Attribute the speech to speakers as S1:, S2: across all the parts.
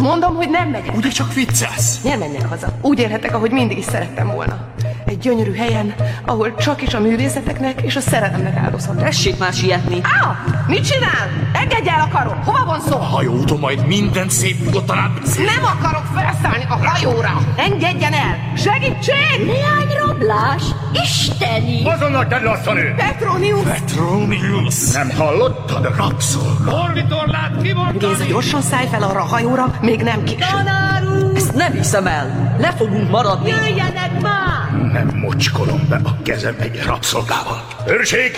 S1: Mondom, hogy nem megyek.
S2: Ugye csak viccelsz?
S1: Nem mennék haza. Úgy élhetek, ahogy mindig is szerettem volna. Egy gyönyörű helyen, ahol csak is a művészeteknek és a szerelemnek áldozhatok.
S3: Tessék már sietni.
S1: Á! Mit csinál? Engedj el a karom! Hova vonszol?
S2: A hajóúton majd minden szép nyugodtan átbeszél.
S1: Nem akarok felszállni a hajóra! Engedjen el! Segítség!
S4: Néhány rablás! Isteni!
S5: Azonnal tedd le a szalő!
S1: Petronius!
S2: Petronius!
S5: Nem hallottad?
S2: Rabszolga!
S5: Ornitorlát kimondani!
S1: Géza, gyorsan szállj fel arra a hajóra, még nem késő.
S4: Tanár úr!
S3: Ezt nem hiszem el. Le fogunk maradni.
S4: Jöjjenek már!
S5: Nem mocskolom be a kezem egy rabszolgával. Őrség!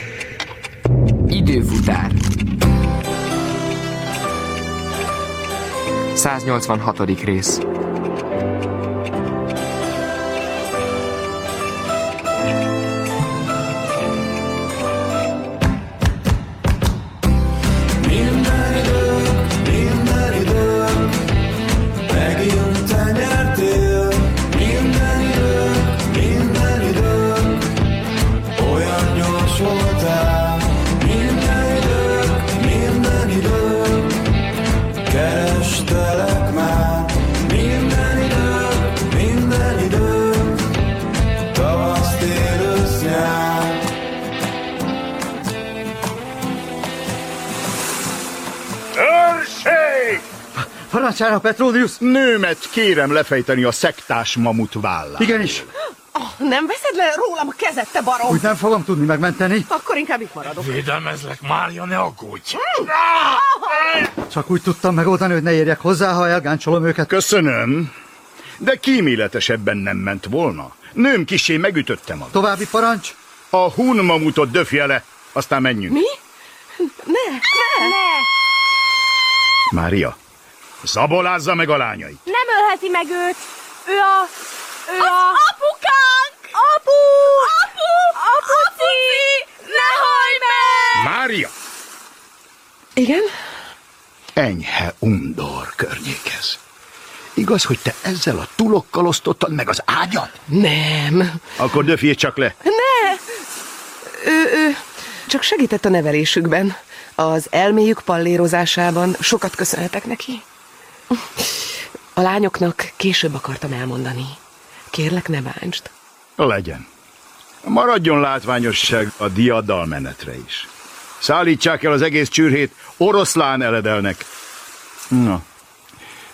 S6: Időfutár 186. rész
S5: Őrség!
S7: Parancsára, Petronius!
S5: Nőmet kérem lefejteni a szektás mamut vállát.
S7: Igenis,
S1: Ah, Nem veszed le rólam a kezed, te barom!
S7: úgy nem fogom tudni megmenteni,
S1: Akkor inkább itt maradok.
S2: Védelmezlek, Mária, ne aggódj!
S7: csak úgy tudtam megoldani, hogy ne érjek hozzá, ha elgáncsolom őket.
S5: Köszönöm, de kíméletesebben nem ment volna. Nőm kisé megütötte magát.
S7: További parancs?
S5: A hun mamutot döfje le, aztán menjünk.
S1: Mi? Ne, ne!
S5: Mária, zabolázza meg a lányait.
S4: Nem ölheti meg őt! Ő a... Ő
S8: Az
S4: a...
S8: apukánk!
S4: Apu!
S8: Apu! Apuci! Ne hajj meg!
S5: Mária!
S1: Igen?
S5: Enyhe undor környékez. Igaz, hogy te ezzel a tulokkal osztottad meg az ágyat?
S1: Nem.
S5: Akkor döfjél csak le.
S1: Ne! Ő, ő csak segített a nevelésükben. Az elméjük pallérozásában sokat köszönhetek neki. A lányoknak később akartam elmondani. Kérlek, ne bántsd.
S5: Legyen. Maradjon látványosság a diadalmenetre is. Szállítsák el az egész csürhét oroszlán eledelnek. Na,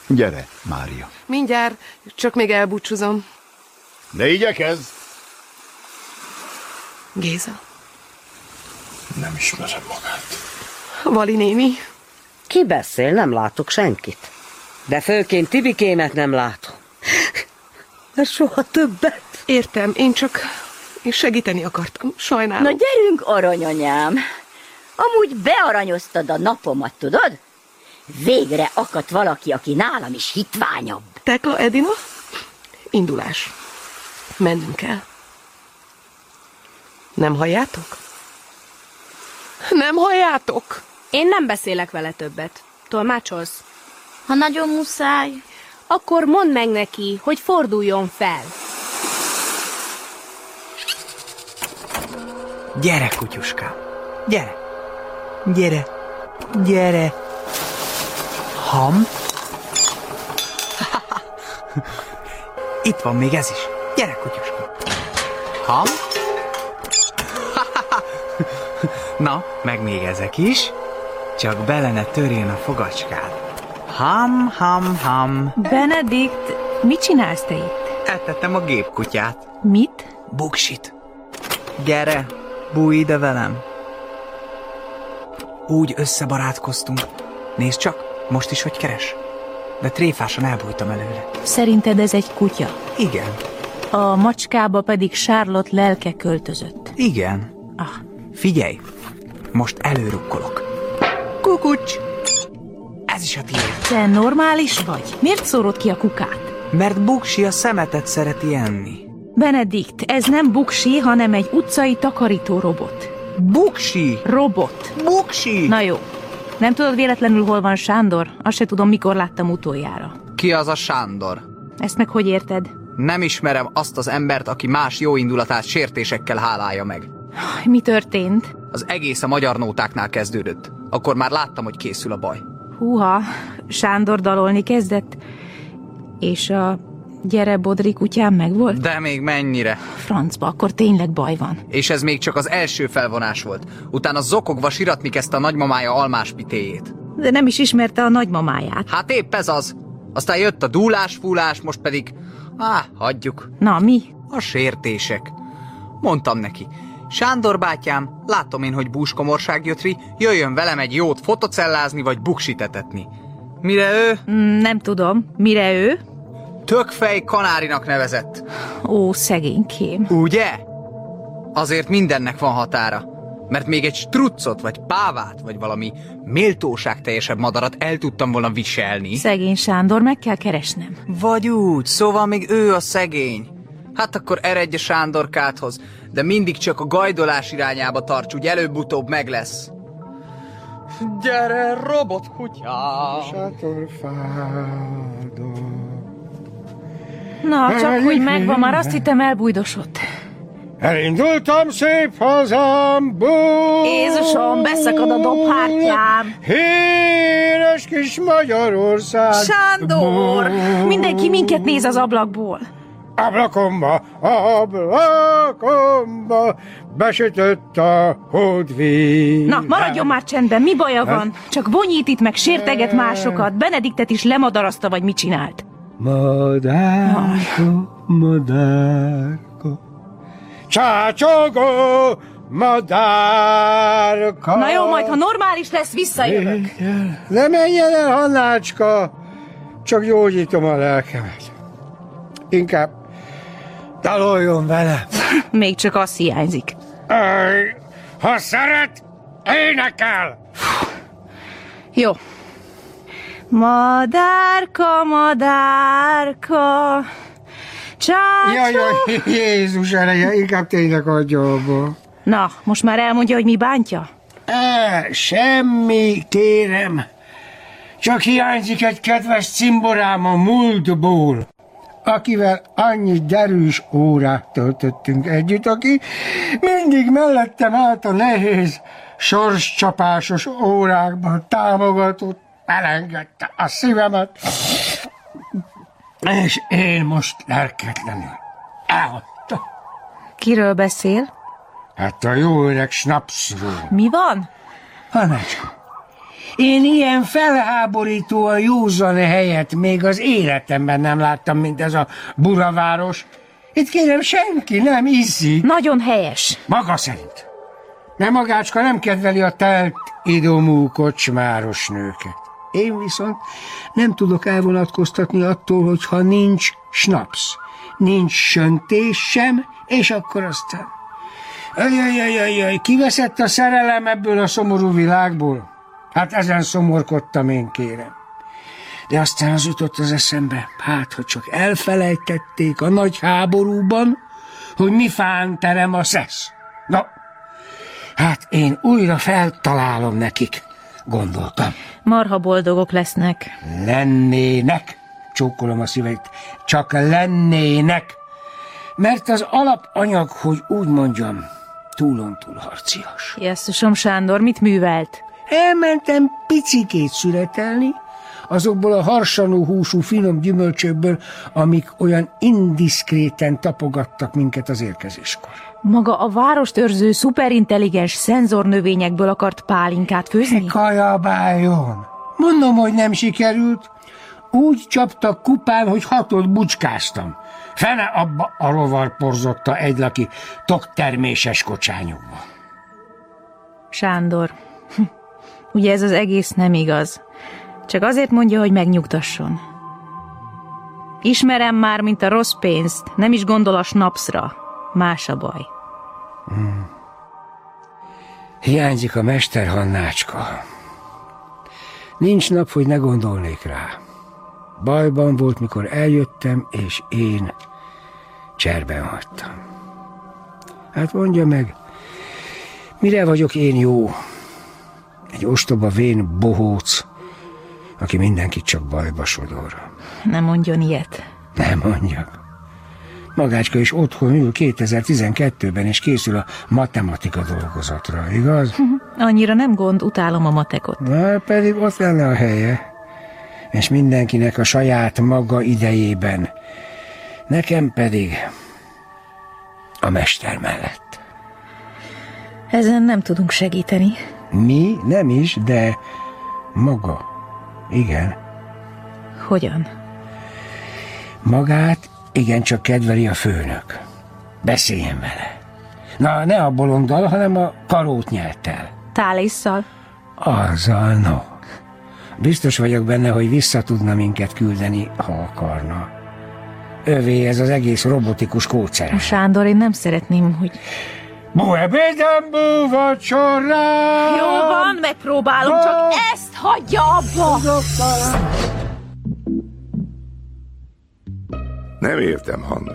S5: gyere, Mária.
S1: Mindjárt, csak még elbúcsúzom.
S5: De igyekezz!
S1: Géza,
S2: Nem ismerem magát.
S1: Vali néni.
S3: Ki beszél? Nem látok senkit. De főként Tibikémet nem látom. De soha többet.
S1: Értem, én csak én segíteni akartam. Sajnálom.
S4: Na gyerünk, aranyanyám! Amúgy bearanyoztad a napomat, tudod? Végre akadt valaki, aki nálam is hitványabb.
S1: Tekla, Edina, indulás. Mennünk kell. Nem halljátok? Nem halljátok?
S8: Én nem beszélek vele többet. Tolmácsolsz?
S4: Ha nagyon muszáj.
S8: Akkor mondd meg neki, hogy forduljon fel.
S9: Gyere, kutyuskám! Gyere! Gyere! Gyere! Ham? Itt van még ez is. Gyere, kutyuskám! Ham? Na, meg még ezek is. Csak bele ne törjön a fogacskád. Ham, ham, ham.
S10: Benedikt, mit csinálsz te itt?
S9: Ettettem a gépkutyát.
S10: Mit?
S9: Buksit. Gyere, búj ide velem. Úgy összebarátkoztunk. Nézd csak, most is hogy keres. De tréfásan elbújtam előle.
S10: Szerinted ez egy kutya?
S9: Igen,
S10: A macskába pedig Charlotte lelke költözött.
S9: igen.
S10: Ah,
S9: Figyelj, most előrukkolok. Kukucs! Ez is a tiéd.
S10: te normális vagy? Miért szórod ki a kukát?
S9: Mert Buksi a szemetet szereti enni.
S10: Benedikt, ez nem buksi, hanem egy utcai takarító robot.
S9: Buksi!
S10: Robot.
S9: Buksi!
S10: Na jó. Nem tudod véletlenül, hol van Sándor? Azt se tudom, mikor láttam utoljára.
S11: Ki az a Sándor?
S10: Ezt meg hogy érted?
S11: Nem ismerem azt az embert, aki más jó indulatát sértésekkel hálálja meg.
S10: Aj, Mi történt?
S11: Az egész a magyar nótáknál kezdődött. Akkor már láttam, hogy készül a baj.
S10: Húha, Sándor dalolni kezdett, és a gyere bodri kutyám meg volt?
S9: De még mennyire?
S10: Francba, akkor tényleg baj van.
S9: És ez még csak az első felvonás volt. Utána zokogva siratni kezdte a nagymamája almás pitéjét.
S10: De nem is ismerte a nagymamáját.
S9: Hát épp ez az. Aztán jött a dúlás, fúlás, most pedig... Á, hagyjuk.
S10: Na, mi?
S9: A sértések. Mondtam neki. Sándor bátyám, látom én, hogy búskomorság jött ri, jöjjön velem egy jót fotocellázni vagy buksitetetni. Mire ő?
S10: Mm, Nem tudom, mire ő?
S9: Tökfej kanárinak nevezett.
S10: Ó, szegénykém.
S9: Ugye? Azért mindennek van határa. Mert még egy struccot, vagy pávát, vagy valami méltóságteljesebb madarat el tudtam volna viselni.
S10: Szegény Sándor, meg kell keresnem.
S9: Vagy úgy, szóval még ő a szegény. Hát akkor eredj a Sándorkádhoz, de mindig csak a gajdolás irányába tarts, úgy előbb-utóbb meg lesz. Gyere, robot kutyám!
S12: Sától
S10: Na, csak úgy megvan, már azt hittem elbújdosott.
S12: Elindultam szép hazámból.
S10: Jézusom, beszakad a dobhártyám.
S12: Híres kis Magyarország.
S10: Sándor! Mindenki minket néz az ablakból.
S12: Ablakomba, ablakomba, besütött a hódvíj.
S10: Na, maradjon már csendben, mi baja van? Csak bonyít itt, meg sérteget másokat. Benediktet is lemadaraszta, vagy mit csinált?
S12: Madárko, madárko, csácsogó madárka.
S10: Na jó, majd ha normális lesz, visszajövök.
S12: Ne menjen el, Hannácska! Csak gyógyítom a lelkemet. Inkább daloljon velem.
S10: Még csak az hiányzik.
S12: Aj, ha szeret, énekel!
S10: Jó. Madárka, madárka,
S12: Jaj,
S10: csácsó...
S12: jaj, Jézus ereje, inkább tényleg adja abba.
S10: Na, most már elmondja, hogy mi bántja?
S12: Á, semmi térem. Csak hiányzik egy kedves cimborám a múltból, akivel annyi derűs órát töltöttünk együtt, aki mindig mellettem állt a nehéz, sorscsapásos órákban támogatott, elengedte a szívemet, és én most lelketlenül elhagytam.
S10: Kiről beszél?
S12: Hát a jó öreg snapsról.
S10: Mi van?
S12: Hanácska, én ilyen felháborító a józan helyet még az életemben nem láttam, mint ez a buraváros. Itt kérem, senki nem iszik.
S10: Nagyon helyes.
S12: Maga szerint. Nem magácska nem kedveli a telt idomú kocsmáros nőket. Én viszont nem tudok elvonatkoztatni attól, hogyha nincs snaps, nincs söntés sem, és akkor aztán... Ajajajajaj, kiveszett a szerelem ebből a szomorú világból? Hát ezen szomorkodtam én, kérem. De aztán az jutott az eszembe, hát, hogy csak elfelejtették a nagy háborúban, hogy mi fán terem a szesz. Na, hát én újra feltalálom nekik, gondoltam.
S10: Marha boldogok lesznek.
S12: Lennének, csókolom a szíveit, csak lennének, mert az alapanyag, hogy úgy mondjam, túlon túl harcias.
S10: Jesszusom Sándor, mit művelt?
S12: Elmentem picikét szüretelni, azokból a harsanó húsú finom gyümölcsökből, amik olyan indiszkréten tapogattak minket az érkezéskor.
S10: Maga a várost őrző szuperintelligens szenzornövényekből akart pálinkát főzni?
S12: Kajabáljon! Mondom, hogy nem sikerült. Úgy csaptak kupán, hogy hatot bucskáztam. Fene abba a rovar porzotta egy laki tokterméses kocsányokba.
S10: Sándor, ugye ez az egész nem igaz. Csak azért mondja, hogy megnyugtasson. Ismerem már, mint a rossz pénzt, nem is gondol a snapszra. Más a baj.
S12: Hiányzik a mester Hannácska. Nincs nap, hogy ne gondolnék rá. Bajban volt, mikor eljöttem, és én cserben hagytam. Hát mondja meg, mire vagyok én jó? Egy ostoba vén bohóc, aki mindenkit csak bajba sodor.
S10: Nem mondjon ilyet.
S12: Nem mondjak. Magácska is otthon ül 2012-ben, és készül a matematika dolgozatra, igaz?
S10: Mhm. Annyira nem gond, utálom a matekot.
S12: Na, pedig ott lenne a helye. És mindenkinek a saját maga idejében. Nekem pedig a mester mellett.
S10: Ezen nem tudunk segíteni.
S12: Mi nem is, de maga. Igen.
S10: Hogyan?
S12: Magát igencsak kedveli a főnök. Beszéljen vele. Na, ne a bolondal, hanem a karót nyert el.
S10: Tálisszal?
S12: Azzal, no. Biztos vagyok benne, hogy vissza tudna minket küldeni, ha akarna. Övé ez az egész robotikus kódszer.
S10: Sándor, én nem szeretném, hogy...
S12: Bú ebédem, bú vacsorám!
S10: Jól van, megpróbálom, csak ezt hagyja abba!
S13: Nem értem, Hanna.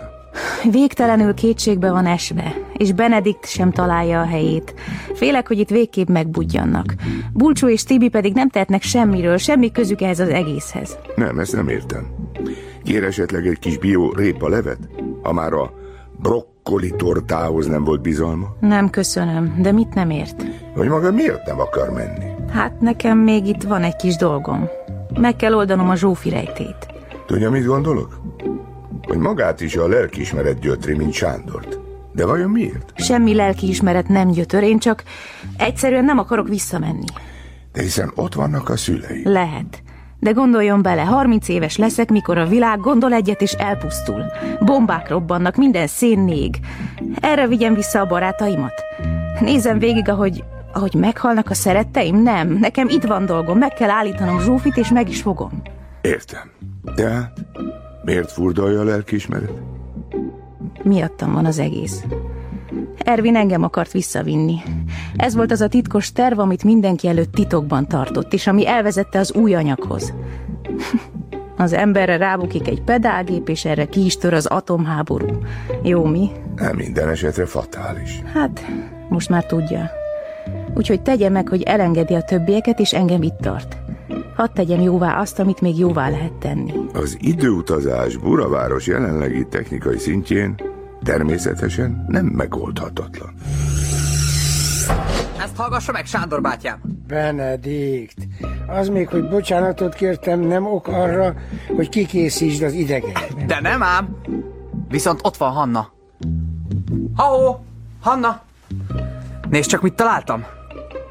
S10: Végtelenül kétségbe van esve, és Benedikt sem találja a helyét. Félek, hogy itt végképp megbudjannak. Bulcsú és Tibi pedig nem tehetnek semmiről, semmi közük ehhez az egészhez.
S13: Nem, ezt nem értem. Kér esetleg egy kis bió répa levet, ha már a brokkoli tortához nem volt bizalma?
S10: Nem köszönöm, de mit nem ért?
S13: Hogy maga miért nem akar menni?
S10: Hát nekem még itt van egy kis dolgom. Meg kell oldanom a Zsófi rejtét.
S13: Tudja, mit gondolok? Hogy magát is a lelkiismeret gyötri, mint Sándort. De vajon miért?
S10: Semmi lelkiismeret nem gyötör, én csak egyszerűen nem akarok visszamenni.
S13: De hiszen ott vannak a szülei.
S10: Lehet. De gondoljon bele, 30 éves leszek, mikor a világ gondol egyet és elpusztul. Bombák robbannak, minden szén ég. Erre vigyem vissza a barátaimat. Nézem végig, ahogy, ahogy meghalnak a szeretteim? Nem, nekem itt van dolgom, meg kell állítanom Zsófit, és meg is fogom.
S13: Értem. Tehát miért furdalja a lelkiismeret?
S10: Miattam van az egész. Ervin engem akart visszavinni. Ez volt az a titkos terv, amit mindenki előtt titokban tartott, és ami elvezette az új anyaghoz. Az emberre rábukik egy pedálgép, és erre ki is tör az atomháború. Jó mi?
S13: Nem minden esetre fatális.
S10: Hát, most már tudja. Úgyhogy tegye meg, hogy elengedi a többieket, és engem itt tart. Hadd tegyem jóvá azt, amit még jóvá lehet tenni.
S13: Az időutazás Buraváros jelenlegi technikai szintjén természetesen nem megoldhatatlan.
S9: Ezt hallgassa meg Sándor bátyám.
S12: Benedikt, az még, hogy bocsánatot kértem, nem ok arra, hogy kikészítsd az idegeid.
S9: De nem ám. Viszont ott van Hanna. Haó! Hanna! Nézd csak, mit találtam.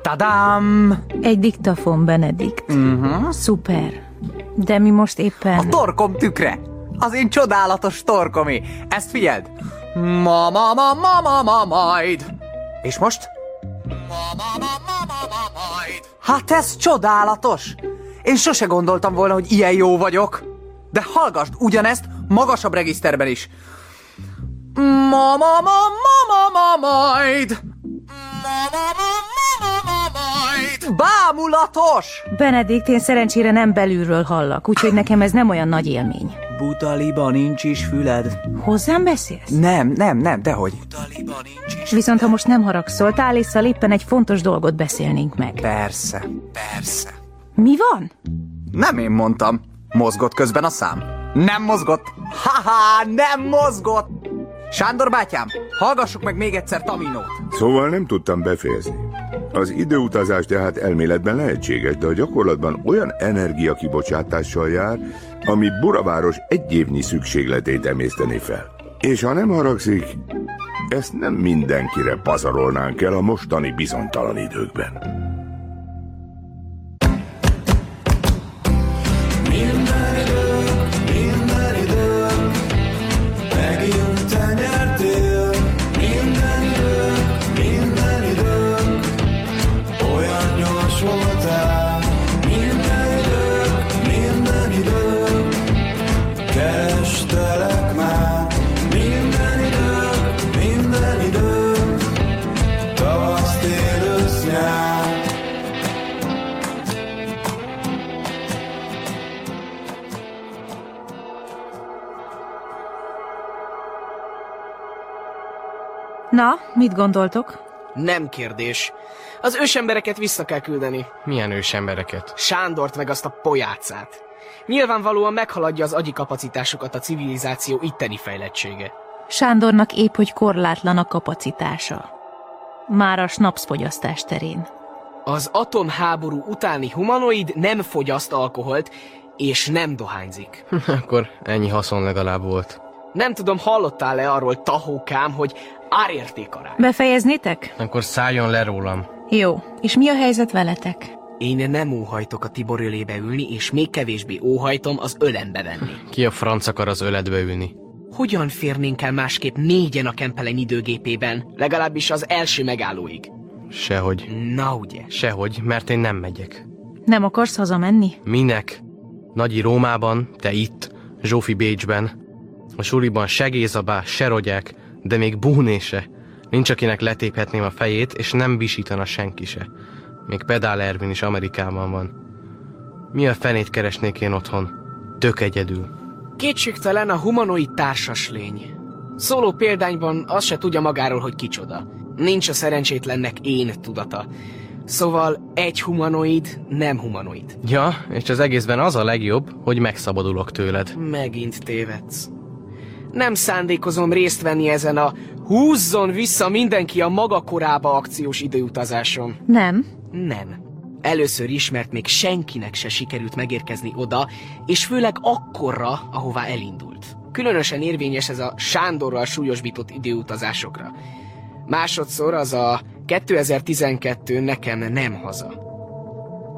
S9: Tadám!
S10: Egy diktafon, Benedikt.
S9: Mhm.
S10: Szuper. De mi most éppen...
S9: A torkom tükre! Az én csodálatos torkomi! Ezt figyeld! Ma, ma, ma, ma, ma, ma, majd! És most? Hát ez csodálatos! Én sose gondoltam volna, hogy ilyen jó vagyok. De hallgassd ugyanezt magasabb regiszterben is. Ma, ma, ma, ma, ma, ma, majd! Ma, ma, ma, ma, ma, ma, majd! Bámulatos!
S10: Benedikt, én szerencsére nem belülről hallak, úgyhogy nekem ez nem olyan nagy élmény.
S9: Buta liba nincs is füled.
S10: Hozzám beszélsz?
S9: Nem, nem, nem, dehogy.
S10: És viszont ha most nem haragszol, Tálisszal éppen egy fontos dolgot beszélnénk meg.
S9: Persze, persze.
S10: Mi van?
S9: Nem én mondtam. Mozgott közben a szám. Nem mozgott. Haha, nem mozgott. Sándor bátyám, hallgassuk meg még egyszer Taminót.
S13: Szóval nem tudtam befejezni. Az időutazás tehát elméletben lehetséges, de a gyakorlatban olyan energiakibocsátással jár, ami Buraváros egy évnyi szükségletét emészteni fel. És ha nem haragszik, ezt nem mindenkire pazarolnánk el a mostani bizonytalan időkben.
S14: Megint te nyertél minden idők, minden idők, olyan gyors voltál. Minden idők, minden idők, kerestelek már. Minden idők, minden idők, tavasz, tél, ősz, nyár.
S10: Na, mit gondoltok?
S15: Nem kérdés. Az ősembereket vissza kell küldeni.
S16: Milyen ősembereket?
S15: Sándort meg azt a pojácát. Nyilvánvalóan meghaladja az agyi kapacitásukat a civilizáció itteni fejlettsége.
S10: Sándornak épp hogy korlátlan a kapacitása. Már a snapsfogyasztás terén.
S15: Az atomháború utáni humanoid nem fogyaszt alkoholt, és nem dohányzik.
S16: Akkor ennyi haszon legalább volt.
S15: Nem tudom, hallottál-e arról, tahókám, hogy árérték arány.
S10: Befejeznétek?
S16: Akkor szálljon le rólam.
S10: Jó. És mi a helyzet veletek?
S15: Én nem óhajtok a Tibor ölébe ülni, és még kevésbé óhajtom az ölembe venni.
S16: Ki a franc akar az öletbe ülni?
S15: Hogyan férnénk el másképp négyen a Kempelen időgépében, legalábbis az első megállóig?
S16: Sehogy.
S15: Na ugye.
S16: Sehogy, mert én nem megyek.
S10: Nem akarsz hazamenni?
S16: Minek? Nagyi Rómában, te itt, Zsófi Bécsben. A suliban se gézabá, se rogyák, de még búné se. Nincs akinek letéphetném a fejét, és nem visítana senki se. Még Pedál Ervin is Amerikában van. Mi a fenét keresnék én otthon? Tök egyedül.
S15: Kétségtelen a humanoid társas lény. Szóló példányban azt se tudja magáról, hogy kicsoda. Nincs a szerencsétlennek én tudata. Szóval egy humanoid, nem humanoid.
S16: Ja, és az egészben az a legjobb, hogy megszabadulok tőled.
S15: Megint tévedsz. Nem szándékozom részt venni ezen a húzzon vissza mindenki a maga korába akciós időutazáson.
S10: Nem.
S15: Nem. Először is, mert még senkinek se sikerült megérkezni oda, és főleg akkorra, ahová elindult. Különösen érvényes ez a Sándorral súlyosbított időutazásokra. Másodszor az a 2012 nekem nem haza.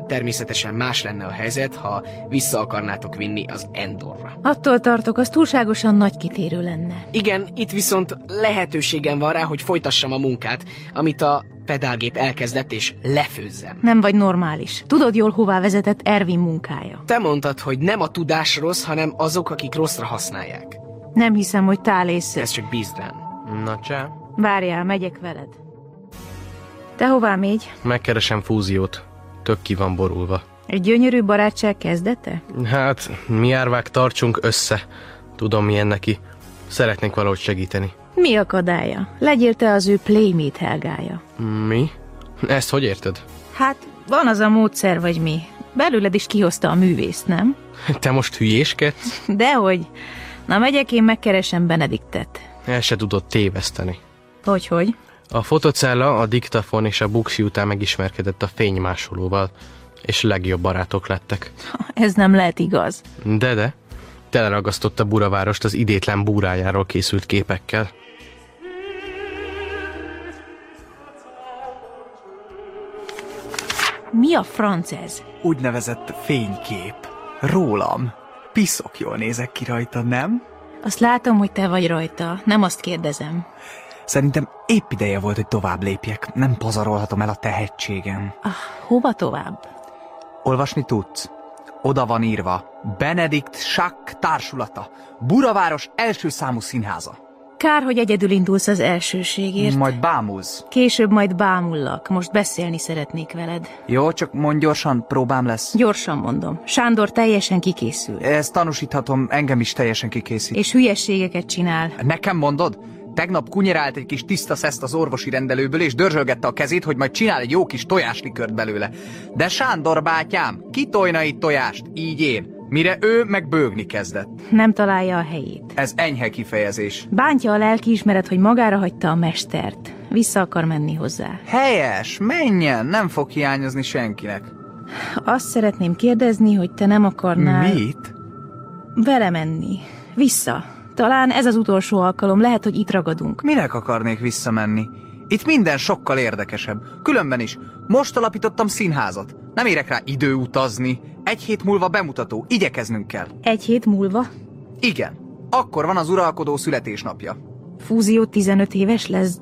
S15: Természetesen más lenne a helyzet, ha vissza akarnátok vinni az Endorra.
S10: Attól tartok, az túlságosan nagy kitérő lenne.
S15: Igen, itt viszont lehetőségem van rá, hogy folytassam a munkát, amit a pedálgép elkezdett, és lefőzzem.
S10: Nem vagy normális. Tudod jól, hová vezetett Ervin munkája.
S15: Te mondtad, hogy nem a tudás rossz, hanem azok, akik rosszra használják.
S10: Nem hiszem, hogy tál észre.
S15: Ez csak bízd rám.
S16: Na csá.
S10: Várjál, megyek veled. Te hová mégy?
S16: Megkeresem fúziót. Tök ki van borulva.
S10: Egy gyönyörű barátság kezdete?
S16: Hát, mi árvák tartsunk össze. Tudom milyen neki. Szeretnék valahogy segíteni.
S10: Mi akadálya? Legyél te az ő playmate helgája.
S16: Mi? Ezt hogy érted?
S10: Hát, van az a módszer, vagy mi? Belőled is kihozta a művészt, nem?
S16: Te most hülyéskedsz?
S10: Dehogy. Na megyek, én megkeresem Benediktet.
S16: El se tudod téveszteni.
S10: Hogyhogy?
S16: A fotocella, a diktafon és a buxi után megismerkedett a fénymásolóval, és legjobb barátok lettek.
S10: Ez nem lehet igaz.
S16: De de, teleragasztotta Buravárost az idétlen búrájáról készült képekkel.
S10: Mi a franc ez?
S9: Úgynevezett fénykép. Rólam. Piszok jól nézek ki rajta, nem?
S10: Azt látom, hogy te vagy rajta. Nem azt kérdezem.
S9: Szerintem épp ideje volt, hogy tovább lépjek. Nem pazarolhatom el a tehetségem.
S10: Ah. Hova tovább?
S9: Olvasni tudsz? Oda van írva. Benedikt Schack társulata. Buraváros első számú színháza.
S10: Kár, hogy egyedül indulsz az elsőségért.
S9: Majd bámulsz.
S10: Később majd bámullak. Most beszélni szeretnék veled.
S9: Jó, csak mondj gyorsan, próbám lesz.
S10: Gyorsan mondom. Sándor teljesen kikészül.
S9: Ezt tanúsíthatom, engem is teljesen kikészít.
S10: És hülyességeket csinál.
S9: Nekem mondod? Tegnap kunyerált egy kis tiszta szeszt az orvosi rendelőből, és dörzsölgette a kezét, hogy majd csinál egy jó kis tojáslikört belőle. De Sándor bátyám, kitolna itt tojást, így én. Mire ő meg bőgni kezdett.
S10: Nem találja a helyét.
S9: Ez enyhe kifejezés.
S10: Bántja a lelkiismeret, hogy magára hagyta a mestert. Vissza akar menni hozzá.
S9: Hát- Helyes, menjen, nem fog hiányozni senkinek.
S10: Azt szeretném kérdezni, hogy te nem akarnál...
S9: Mit?
S10: Vele menni. Vissza. Talán ez az utolsó alkalom, lehet, hogy itt ragadunk.
S9: Minek akarnék visszamenni? Itt minden sokkal érdekesebb. Különben is. Most alapítottam színházat. Nem érek rá időutazni. Egy hét múlva bemutató. Igyekeznünk kell.
S10: Egy hét múlva?
S9: Igen. Akkor van az uralkodó születésnapja.
S10: Fúzió 15 éves lesz,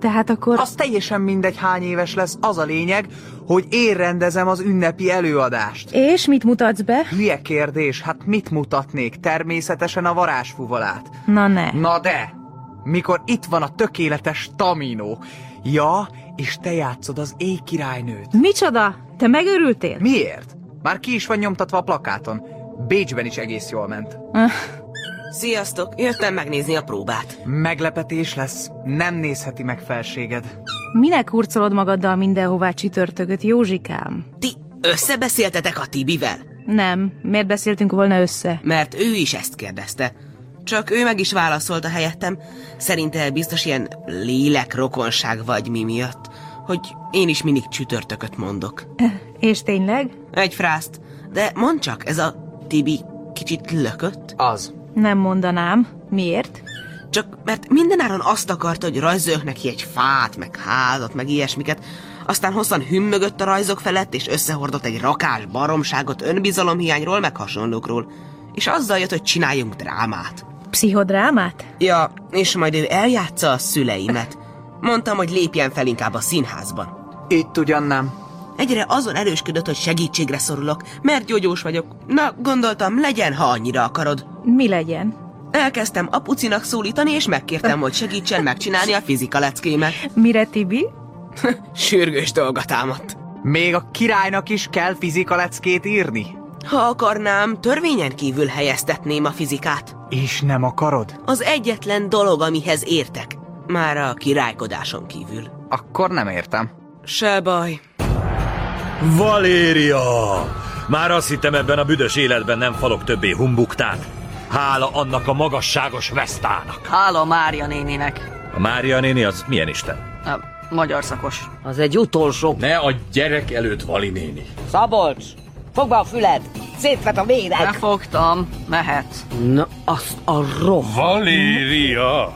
S10: tehát akkor...
S9: Az teljesen mindegy hány éves lesz, az a lényeg, hogy én rendezem az ünnepi előadást.
S10: És mit mutatsz be?
S9: Hülye kérdés, hát mit mutatnék? Természetesen a varázsfuvalát.
S10: Na ne.
S9: Na de! Mikor itt van a tökéletes Tamino. Ja, és te játszod az éjkirálynőt.
S10: Micsoda? Te megörültél?
S9: Miért? Már ki is van nyomtatva a plakáton. Bécsben is egész jól ment.
S10: Ah,
S17: Sziasztok, jöttem megnézni a próbát.
S9: Meglepetés lesz. Nem nézheti meg felséged.
S10: Minek hurcolod magaddal mindenhová csütörtököt, Józsikám?
S17: Ti összebeszéltetek a Tibivel?
S10: Nem, miért beszéltünk volna össze?
S17: Mert ő is ezt kérdezte. Csak ő meg is válaszolta helyettem. Szerinte biztos ilyen lélekrokonság vagy mi miatt, hogy én is mindig csütörtököt mondok.
S10: És tényleg?
S17: Egy frászt. De mondd csak, ez a Tibi kicsit lökött?
S9: Az.
S10: Nem mondanám. Miért?
S17: Csak mert mindenáron azt akarta, hogy rajzoljak neki egy fát, meg házat, meg ilyesmiket, aztán hosszan hümmögött a rajzok felett, és összehordott egy rakás baromságot önbizalomhiányról, meg hasonlókról. És azzal jött, hogy csináljunk drámát.
S10: Pszichodrámát?
S17: Ja, és majd ő eljátsza a szüleimet. Mondtam, hogy lépjen fel inkább a színházban.
S9: Itt ugyan nem.
S17: Egyre azon erősködött, hogy segítségre szorulok, mert gyógyós vagyok. Na, gondoltam, legyen, ha annyira akarod.
S10: Mi legyen?
S17: Elkezdtem apucinak szólítani, és megkértem, hogy segítsen megcsinálni a fizika leckémet.
S10: Mire Tibi?
S17: Sürgős dolga támadt.
S9: Még a királynak is kell fizika leckét írni?
S17: Ha akarnám, törvényen kívül helyeztetném a fizikát.
S9: És nem akarod?
S17: Az egyetlen dolog, amihez értek. Már a királykodáson kívül.
S9: Akkor nem értem.
S17: Se baj.
S18: Valéria! Már azt hittem ebben a büdös életben nem falok többé humbuktát. Hála annak a magasságos vesztának.
S19: Hála Mária néninek.
S18: A Mária néni az milyen isten?
S19: A magyar szakos.
S3: Az egy utolsó.
S18: Ne a gyerek előtt, Vali néni.
S19: Szabolcs!
S3: Fogd be a füled!
S19: Szétvet a vérek! Befogtam, mehet.
S3: Na, azt a roh...
S2: Valéria!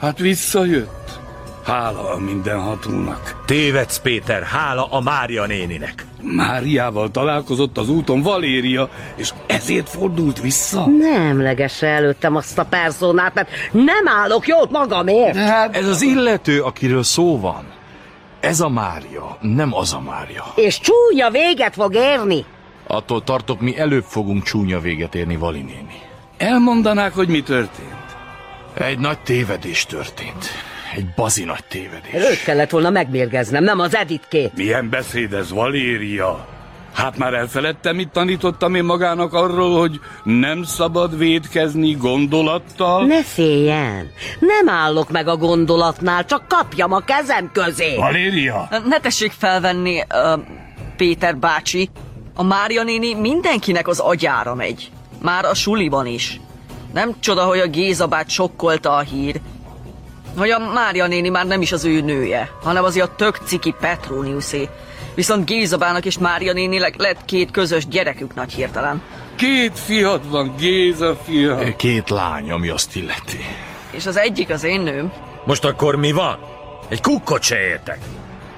S2: Hát visszajött. Hála a mindenhatónak.
S18: Tévedsz, Péter, hála a Mária néninek.
S2: Máriával találkozott az úton Valéria, és ezért fordult vissza.
S3: Nem legesse előttem azt a personát, mert nem állok jót magamért. De hát...
S18: Ez az illető, akiről szó van. Ez a Mária, nem az a Mária.
S3: És csúnya véget fog érni.
S18: Attól tartok, mi előbb fogunk csúnya véget érni, Vali néni.
S2: Elmondanák, hogy mi történt.
S18: Egy nagy tévedés történt. Egy bazi nagy tévedés.
S3: Őt kellett volna megmérgeznem, nem az Editkét.
S2: Milyen beszéd ez, Valéria? Hát már elfeledtem, mit tanítottam én magának arról, hogy nem szabad védkezni gondolattal?
S3: Ne féljen! Nem állok meg a gondolatnál, csak kapjam a kezem közé!
S2: Valéria!
S19: Ne tessék felvenni, ö, Péter bácsi. A Mária néni mindenkinek az agyára megy. Már a suliban is. Nem csoda, hogy a Gézabát sokkolta a hír. Hogy a Mária néni már nem is az ő nője, hanem az a tök ciki Petroniusé. Viszont Gézabának és Mária néninek lett két közös gyerekük nagy hirtelen.
S2: Két fiad van, Géza fia.
S18: Két lány, ami azt illeti.
S19: És az egyik az én nőm.
S18: Most akkor mi van? Egy kukkot se értek.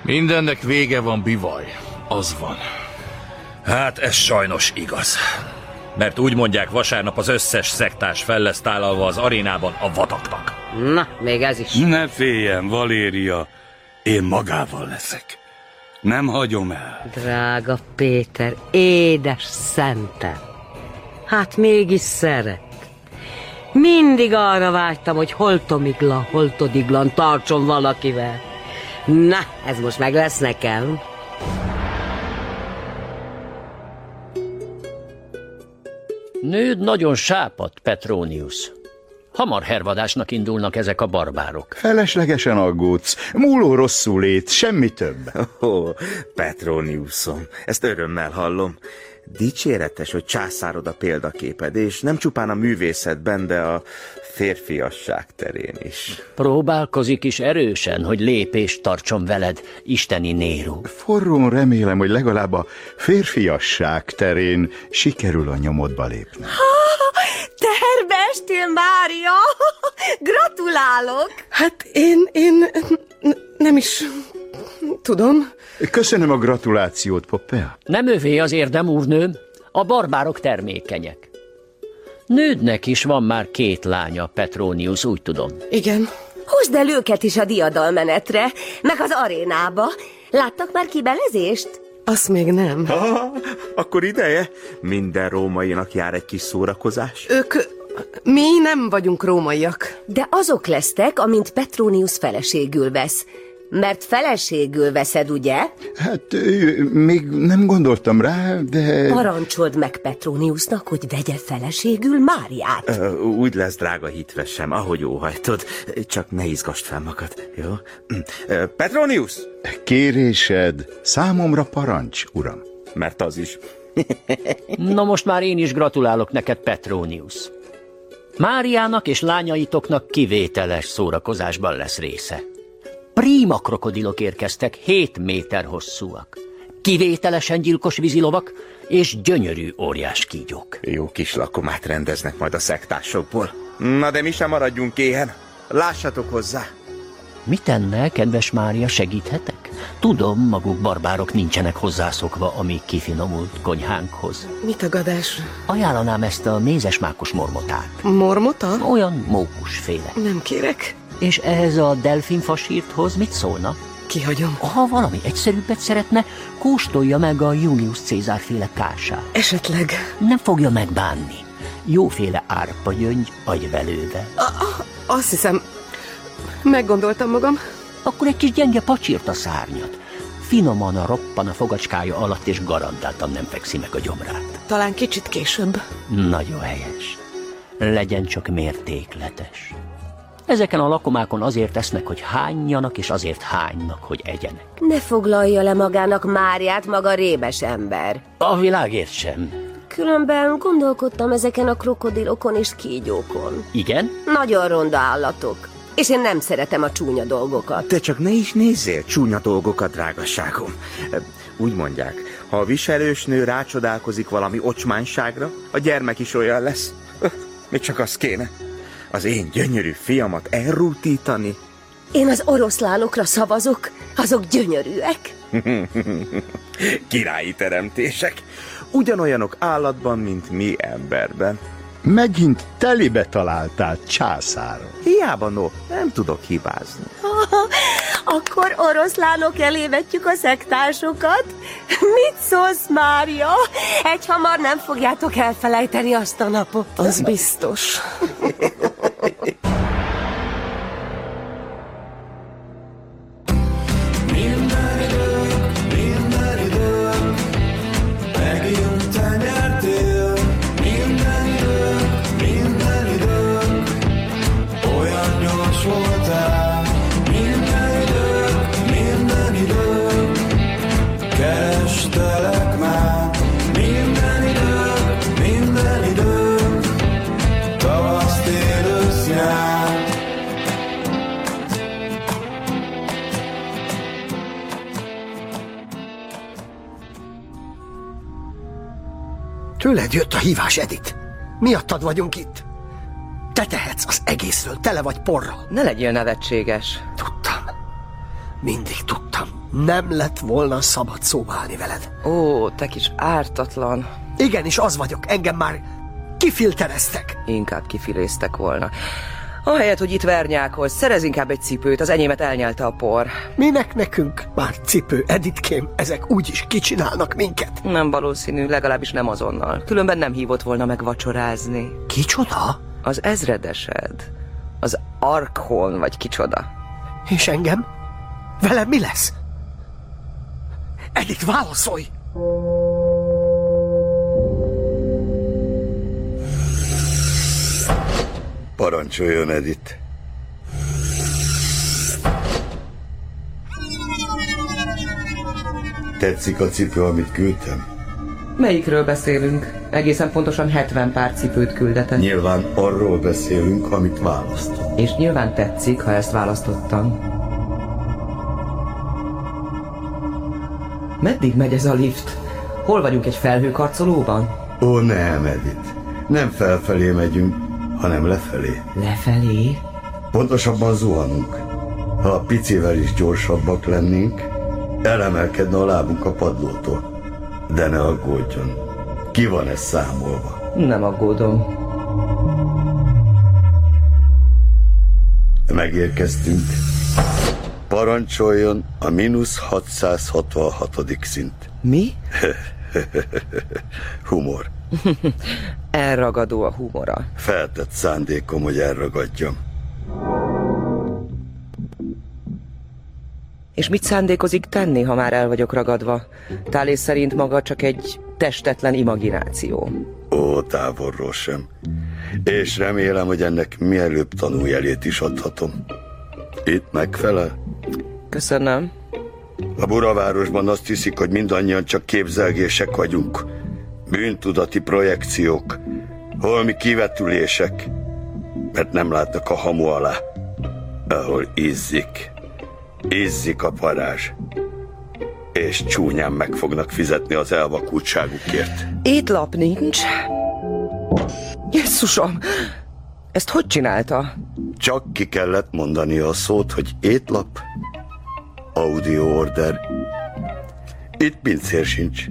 S18: Mindennek vége van, bivaj. Az van. Hát ez sajnos igaz. Mert úgy mondják vasárnap az összes szektás fel lesz tálalva az arénában a vadaknak.
S3: Na, még ez is.
S2: Ne féljen, Valéria. Én magával leszek. Nem hagyom el.
S3: Drága Péter, édes szentem. Hát mégis szeret. Mindig arra vágytam, hogy holtomiglan, holtodiglan tartson valakivel. Na, ez most meg lesz nekem.
S20: Nőd nagyon sápat, Petronius. Hamar hervadásnak indulnak ezek a barbárok.
S5: Feleslegesen aggódsz. Múló rosszul lét, semmi több.
S21: Ó, oh, Petroniusom, ezt örömmel hallom. Dicséretes, hogy császárod a példaképed, és nem csupán a művészetben, de a férfiasság terén is.
S20: Próbálkozik is erősen, hogy lépést tartson veled, isteni Néró.
S5: Forrón remélem, hogy legalább a férfiasság terén sikerül a nyomodba lépni.
S22: Terbe estél, Mária! Gratulálok!
S23: Hát én, én n- nem is tudom.
S5: Köszönöm a gratulációt, Poppea.
S20: Nem övé az érdem, úrnőm, a barbárok termékenyek. Nődnek is van már két lánya, Petronius, úgy tudom.
S23: Igen.
S22: Húzd el őket is a diadalmenetre, meg az arénába. Láttak már kibelezést?
S23: Azt még nem.
S21: Ha, akkor ideje. Minden rómainak jár egy kis szórakozás.
S23: Ők... Mi nem vagyunk rómaiak.
S22: De azok lesztek, amint Petronius feleségül vesz. Mert feleségül veszed, ugye?
S5: Hát ö, még nem gondoltam rá, de...
S22: Parancsold meg Petroniusnak, hogy vegye feleségül
S23: Hát.
S22: Máriát.
S21: Ö, úgy lesz, drága hitvesem, ahogy óhajtod. Csak ne izgast fel magad, jó? Ö, Petronius!
S5: Kérésed, számomra parancs, uram.
S21: Mert az is.
S20: Na most már én is gratulálok neked, Petronius. Máriának és lányaitoknak kivételes szórakozásban lesz része. Príma krokodilok érkeztek, 7 méter hosszúak. Kivételesen gyilkos vízilovak és gyönyörű óriás kígyók.
S21: Jó kis lakomát rendeznek majd a szektásokból. Na de mi sem maradjunk éhen. Lássatok hozzá.
S20: Mit enne, kedves Mária, segíthetek? Tudom, maguk barbárok nincsenek hozzászokva a mi kifinomult konyhánkhoz.
S1: Mi tagadás?
S20: Ajánlanám ezt a mézes mákos mormotát.
S1: Mormota?
S20: Olyan mókusféle.
S1: Nem kérek.
S20: És ehhez a delfin fasírthoz mit szólna?
S1: Kihagyom.
S20: Ha valami egyszerűbbet szeretne, kóstolja meg a Junius Cézár féle kását.
S1: Esetleg.
S20: Nem fogja megbánni. Jóféle árpa gyöngy agyvelővel.
S1: Azt hiszem, meggondoltam magam.
S20: Akkor egy kis gyenge pacsírt a szárnyat. Finoman a roppan a fogacskája alatt, és garantáltan nem fekszi meg a gyomrát.
S1: Talán kicsit később.
S20: Nagyon helyes. Legyen csak mértékletes. Ezeken a lakomákon azért esznek, hogy hányjanak, és azért hánynak, hogy egyenek.
S22: Ne foglalja le magának Máriát maga rémes ember.
S20: A világért sem.
S22: Különben gondolkodtam ezeken a krokodilokon és kígyókon.
S20: Igen?
S22: Nagyon ronda állatok. És én nem szeretem a csúnya dolgokat.
S21: Te csak ne is nézzél csúnya dolgokat, drágasságom. Úgy mondják, ha a viselős nő rácsodálkozik valami ocsmányságra, a gyermek is olyan lesz. Öh, Még csak az kéne. Az én gyönyörű fiamat elrútítani.
S22: Én az oroszlánokra szavazok, azok gyönyörűek.
S21: Királyi teremtések. Ugyanolyanok állatban, mint mi emberben.
S5: Megint telibe találtál császáron.
S21: Hiába, no, nem tudok hibázni.
S22: Akkor oroszlánok elé vetjük a szektásokat? Mit szólsz, Mária? Egy hamar nem fogjátok elfelejteni azt a napot.
S1: Az biztos.
S14: Minden idők, minden idők, megint te nyertél. Minden idők, minden idők, olyan gyors voltál. Minden idők, minden idők, kerestelek már. Minden idők, minden idők, tavasz, tél, ősz, nyár.
S7: Tőled jött a hívás, Edit. Miattad vagyunk itt. Te tehetsz az egészről, tele vagy porral.
S24: Ne legyél nevetséges.
S7: Mindig tudtam. Nem lett volna szabad szóválni veled.
S24: Ó, te kis ártatlan.
S7: Igenis, az vagyok. Engem már kifiltereztek.
S24: Inkább kifiléztek volna. Ahelyett, hogy itt vernyákol, szerez inkább egy cipőt, az enyémet elnyelte a por.
S7: Minek nekünk már cipő, Editkém? Ezek úgyis kicsinálnak minket.
S24: Nem valószínű, legalábbis nem azonnal. Különben nem hívott volna meg vacsorázni.
S7: Kicsoda?
S24: Az ezredesed. Az Arkhon, vagy kicsoda.
S7: És engem? Velem mi lesz? Edit, válaszolj!
S25: Parancsoljon Edith. Tetszik a cipő, amit küldtem?
S24: Melyikről beszélünk? Egészen pontosan 70 pár cipőt küldetett.
S25: Nyilván arról beszélünk, amit választ.
S24: És nyilván tetszik, ha ezt választottam. Meddig megy ez a lift? Hol vagyunk egy felhőkarcolóban?
S25: Ó, nem, Edith. Nem felfelé megyünk, hanem lefelé.
S24: Lefelé?
S25: Pontosabban zuhanunk. Ha picivel is gyorsabbak lennénk, elemelkedne a lábunk a padlótól. De ne aggódjon. Ki van ez számolva?
S24: Nem aggódom.
S25: Megérkeztünk. Parancsoljon a mínusz 666. szint.
S24: Mi?
S25: Humor.
S24: Elragadó a humora.
S25: Feltett szándékom, hogy elragadjam.
S24: És mit szándékozik tenni, ha már el vagyok ragadva? Tálés szerint maga csak egy testetlen imagináció.
S25: Ó, távolról sem. És remélem, hogy ennek mielőbb tanújelét is adhatom. Itt megfelel?
S24: Köszönöm.
S25: A Buravárosban azt hiszik, hogy mindannyian csak képzelgések vagyunk. Bűntudati projekciók, holmi kivetülések. mert nem láttak a hamu alá, ahol izzik, izzik a parázs, és csúnyán meg fognak fizetni az elvakultságukért.
S24: Itt lap nincs. Jézusom! Ezt hogy csinálta?
S25: Csak ki kellett mondani a szót, hogy étlap, audio order. Itt pincér sincs.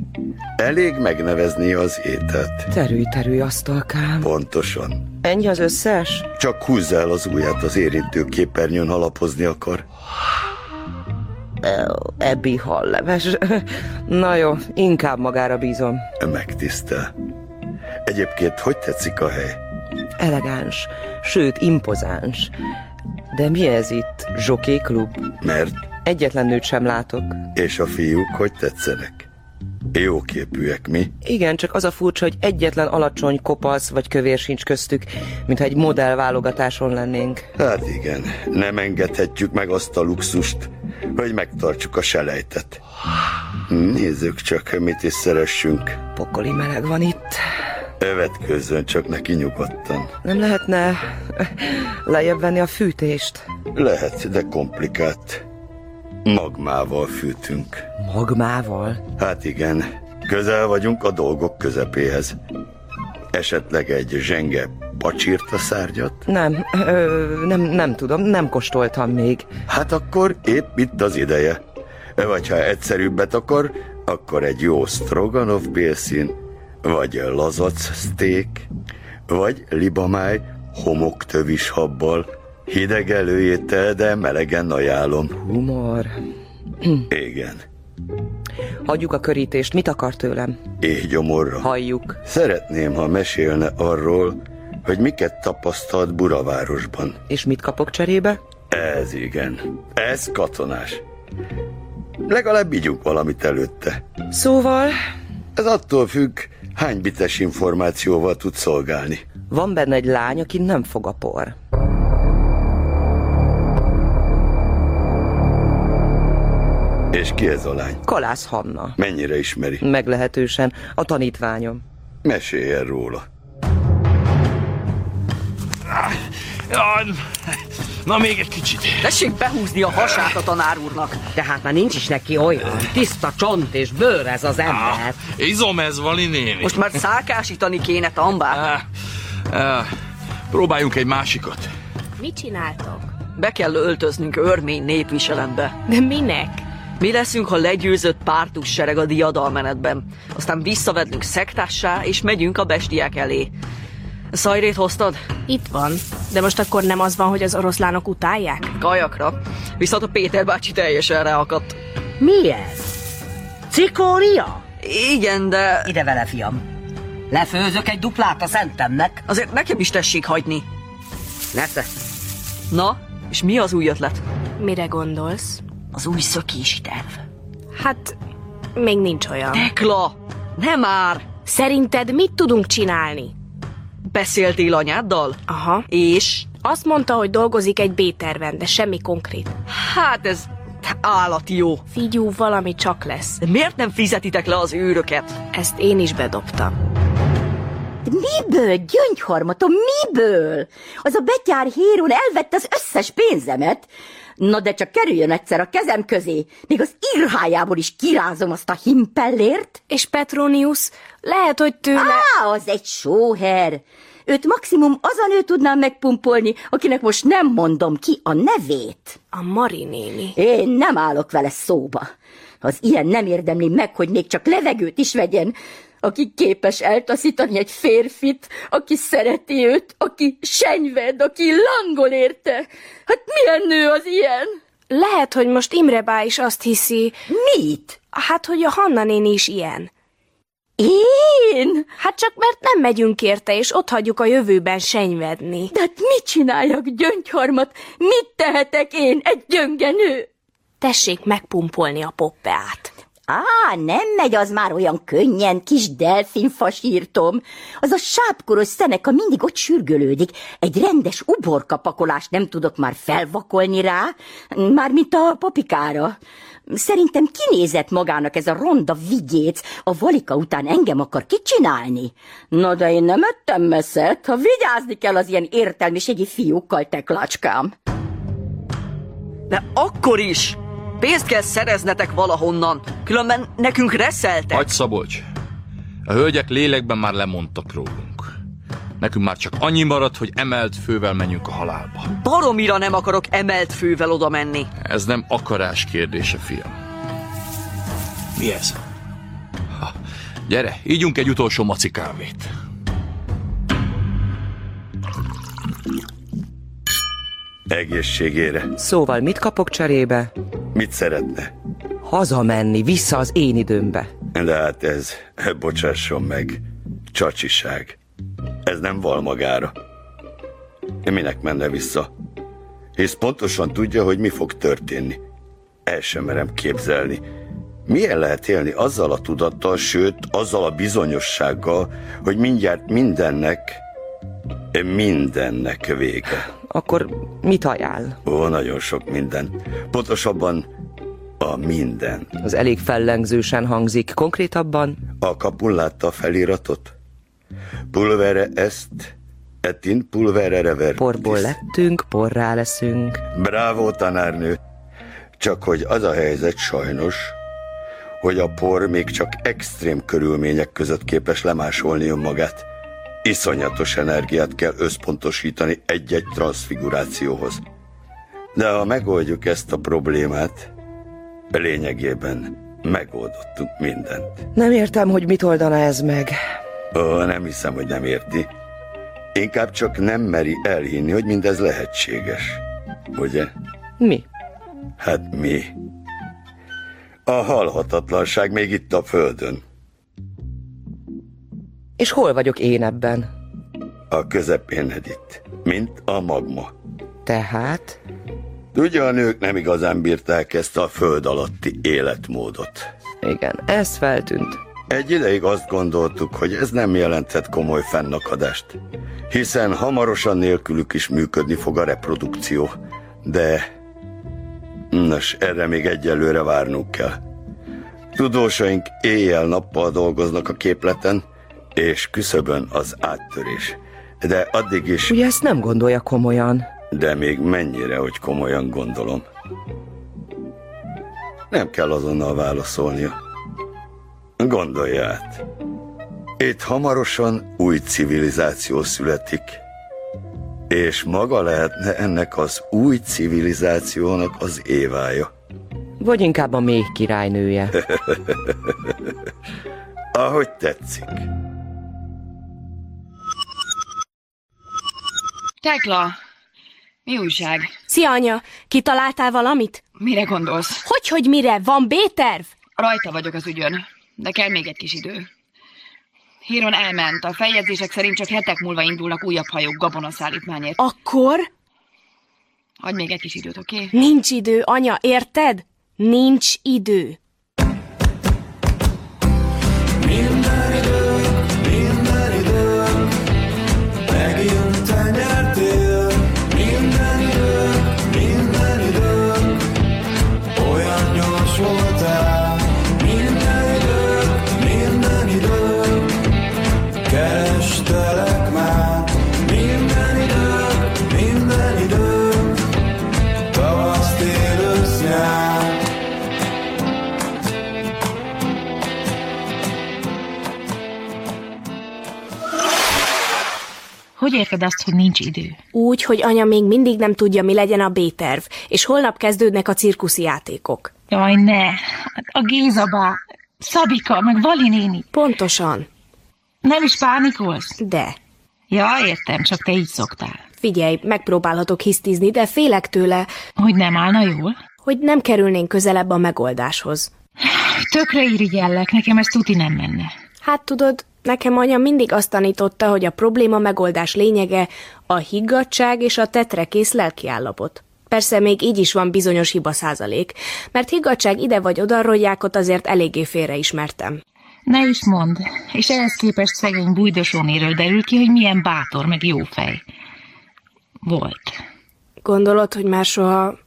S25: Elég megnevezni az ételt.
S24: Terülj, terülj, asztalkám.
S25: Pontosan.
S24: Ennyi az összes?
S25: Csak húzza el az ujját az érintő képernyőn, ha lapozni akar.
S24: Ebbi halleves. Na jó, inkább magára bízom.
S25: Megtisztel. Egyébként hogy tetszik a hely?
S24: Elegáns, sőt, impozáns. De mi ez itt? Zsoké klub?
S25: Mert
S24: Egyetlen nőt sem látok.
S25: és a fiúk hogy tetszenek? Jó képűek, mi?
S24: Igen, csak az a furcsa, hogy egyetlen alacsony kopasz vagy kövér sincs köztük, mintha egy modellválogatáson lennénk.
S25: Hát igen, nem engedhetjük meg azt a luxust, hogy megtartsuk a selejtet. Nézzük csak, mit is szeressünk.
S24: Pokoli meleg van itt.
S25: Övetkőzzön csak neki nyugodtan.
S24: Nem lehetne lejjebb venni a fűtést?
S25: Lehet, de komplikált. Magmával fűtünk.
S24: Magmával?
S25: Hát igen, közel vagyunk a dolgok közepéhez. Esetleg egy zsenge pacsírt a szárnyat?
S24: Nem, ö, nem, nem tudom, nem kóstoltam még.
S25: Hát akkor épp itt az ideje. Vagy ha egyszerűbbet akar, akkor egy jó stroganov bélszín, vagy lazac szték, vagy libamáj homoktövis habbal. Hideg előétel, de melegen ajánlom.
S24: Humor.
S25: Igen,
S24: Hagyjuk a körítést, mit akar tőlem?
S25: éhgyomorra.
S24: Halljuk.
S25: Szeretném, ha mesélne arról, hogy miket tapasztalt Buravárosban.
S24: És mit kapok cserébe?
S25: Ez igen. Ez katonás. Legalább ígyunk valamit előtte.
S24: Szóval
S25: Ez attól függ, hány bites információval tud szolgálni.
S24: van benne egy lány, aki nem fog a por.
S25: És ki ez a lány?
S24: Kalász Hanna.
S25: Mennyire ismeri?
S24: Meglehetősen a tanítványom.
S25: Meséljen róla.
S19: Jaj, na még egy kicsit. Tessék behúzni a hasát a tanár úrnak.
S3: De hát már nincs is neki olyan. Tiszta csont és bőr ez az
S2: Ah.
S12: Ah,
S3: ember.
S19: Izom ez, Vali néni. Most már szálkásítani kéne tambát.
S12: Uh, próbáljunk egy másikat.
S19: Mit csináltok? Be kell öltöznünk örmény népviseletbe. De minek? Mi leszünk, ha legyőzött pártus sereg a diadalmenetben. Aztán visszavedlünk szektássá, és megyünk a bestiák elé. Szajrét hoztad? Itt van. De most akkor nem az van, hogy az oroszlánok utálják? Kajakra. Viszont a Péter bácsi teljesen ráakadt.
S3: Mi ez? Cikória?
S19: Igen, de...
S3: Ide vele, fiam. Lefőzök egy duplát a szentemnek.
S19: Azért nekem is tessék hagyni. Nesze. Na, és mi az új ötlet?
S8: Mire gondolsz?
S19: Az új szökési terv.
S8: Hát, még nincs olyan.
S19: Tekla! Nem már!
S8: Szerinted mit tudunk csinálni?
S19: Beszéltél anyáddal?
S8: Aha.
S19: És?
S8: Azt mondta, hogy dolgozik egy B-terven, de semmi konkrét.
S19: Hát ez állati jó.
S8: Figyú, valami csak lesz.
S19: De miért nem fizetitek le az őröket?
S8: Ezt én is bedobtam.
S4: De miből, gyöngyharmatom, miből? Az a betyár hírón elvette az összes pénzemet. Na de csak kerüljön egyszer a kezem közé, még az írhájából is kirázom azt a himpellért.
S8: És Petronius, lehet, hogy tőle...
S4: Á, az egy sóher! Őt maximum az a nő tudnám megpumpolni, akinek most nem mondom ki a nevét.
S8: A Mari néni.
S4: Én nem állok vele szóba. Az ilyen nem érdemli meg, hogy még csak levegőt is vegyen, aki képes eltaszítani egy férfit, aki szereti őt, aki senyved, aki langol érte. Hát milyen nő az ilyen?
S8: Lehet, hogy most Imre bá is azt hiszi...
S4: Mit?
S8: Hát, hogy a Hanna néni is ilyen.
S4: Én?
S8: Hát csak mert nem megyünk érte, és ott hagyjuk a jövőben senyvedni.
S4: De hát mit csináljak, gyöngyharmat? Mit tehetek én, egy gyöngenő?
S8: Tessék megpumpolni a poppeát.
S4: Á, nem megy az már olyan könnyen, kis delfinfas írtom. Az a sápkoros szeneka mindig ott sürgölődik. Egy rendes uborkapakolást nem tudok már felvakolni rá, mármint a papikára. Szerintem kinézett magának ez a ronda vigyéc, a valika után engem akar kicsinálni. Na de én nem ettem messzet, ha vigyázni kell az ilyen értelmiségi fiúkkal, te klacskám.
S19: De akkor is! Pénzt kell szereznetek valahonnan, különben nekünk reszeltek.
S12: Hagy Szabolcs! A hölgyek lélekben már lemondtak rólunk. Nekünk már csak annyi maradt, hogy emelt fővel menjünk a halálba.
S19: Baromira nem akarok emelt fővel oda menni.
S12: Ez nem akarás kérdése, fiam. Mi ez? Ha, gyere, ígyunk egy utolsó maci kávét.
S25: Egészségére.
S24: Szóval mit kapok cserébe?
S25: Mit szeretne?
S24: Hazamenni, vissza az én időmbe.
S25: De hát ez, bocsásson meg, csacsiság. Ez nem val magára. Minek menne vissza? Hisz pontosan tudja, hogy mi fog történni. El sem merem képzelni. Milyen lehet élni azzal a tudattal, sőt, azzal a bizonyossággal, hogy mindjárt mindennek, mindennek vége.
S24: Akkor mit ajánl?
S25: Ó, nagyon sok minden. Pontosabban a minden.
S24: Az elég fellengzősen hangzik. Konkrétabban
S25: A kapun látta a feliratot? Pulvere est, et in pulvere rever.
S24: porból lettünk, porrá leszünk.
S25: Bravo, tanárnő! Csak hogy az a helyzet sajnos, hogy a por még csak extrém körülmények között képes lemásolni önmagát. Iszonyatos energiát kell összpontosítani egy-egy transfigurációhoz. De ha megoldjuk ezt a problémát, lényegében megoldottunk mindent.
S24: Nem értem, hogy mit oldana ez meg.
S25: Ó, nem hiszem, hogy nem érti. Inkább csak nem meri elhinni, hogy mindez lehetséges. Ugye?
S24: Mi?
S25: Hát mi? A halhatatlanság még itt a földön.
S24: És hol vagyok én ebben?
S25: A közepén itt, mint a magma.
S24: Tehát?
S25: Ugye a nők nem igazán bírták ezt a föld alatti életmódot.
S24: Igen, ez feltűnt.
S25: Egy ideig azt gondoltuk, hogy ez nem jelenthet komoly fennakadást, hiszen hamarosan nélkülük is működni fog a reprodukció. De... Nos, erre még egyelőre várnunk kell. Tudósaink éjjel-nappal dolgoznak a képleten, és küszöbön az áttörés. De addig is...
S24: Ugye ezt nem gondolja komolyan.
S25: De még mennyire, hogy komolyan gondolom. Nem kell azonnal válaszolnia. Gondolja át. Itt hamarosan új civilizáció születik. És maga lehetne ennek az új civilizációnak az évája.
S24: Vagy inkább a méh királynője.
S25: Ahogy tetszik.
S13: Tekla, mi újság?
S8: Szia, anya! Kitaláltál valamit?
S13: Mire gondolsz?
S8: Hogy, hogy mire? Van B-terv?
S13: Rajta vagyok az ügyön, de kell még egy kis idő. Híron elment, a feljegyzések szerint csak hetek múlva indulnak újabb hajók gabonaszállítmányért.
S8: Akkor?
S13: Hagy még egy kis időt, oké?
S8: Nincs idő, anya, érted? Nincs idő.
S14: Minden idők, megint te nyertél. Minden idők, minden idők, olyan gyors voltál. Minden idők, minden idők, kerestelek már. Minden idők, minden idők, tavasz, tél, ősz, nyár.
S13: Hogy érted azt, hogy nincs idő?
S8: Úgy, hogy anya még mindig nem tudja, mi legyen a B-terv, és holnap kezdődnek a cirkuszi játékok.
S13: Jaj, ne! A Gézabá, Szabika, meg Vali néni.
S8: Pontosan.
S13: Nem is pánikolsz?
S8: De.
S13: Ja, értem, csak te így szoktál.
S8: Figyelj, megpróbálhatok hisztizni, de félek tőle.
S13: Hogy nem állna jól?
S8: Hogy nem kerülnénk közelebb a megoldáshoz.
S13: Tökre irigyellek, nekem ez tuti nem menne.
S8: Hát tudod, nekem anya mindig azt tanította, hogy a probléma megoldás lényege a higgadság és a tetrekész lelkiállapot. Persze még így is van bizonyos hiba százalék, mert higgadság ide vagy oda rogyákot azért eléggé félreismertem.
S10: Ne is mond. És ehhez képest szegény bújdosónéről derül ki, hogy milyen bátor, meg jó fej. Volt.
S8: Gondolod, hogy már soha,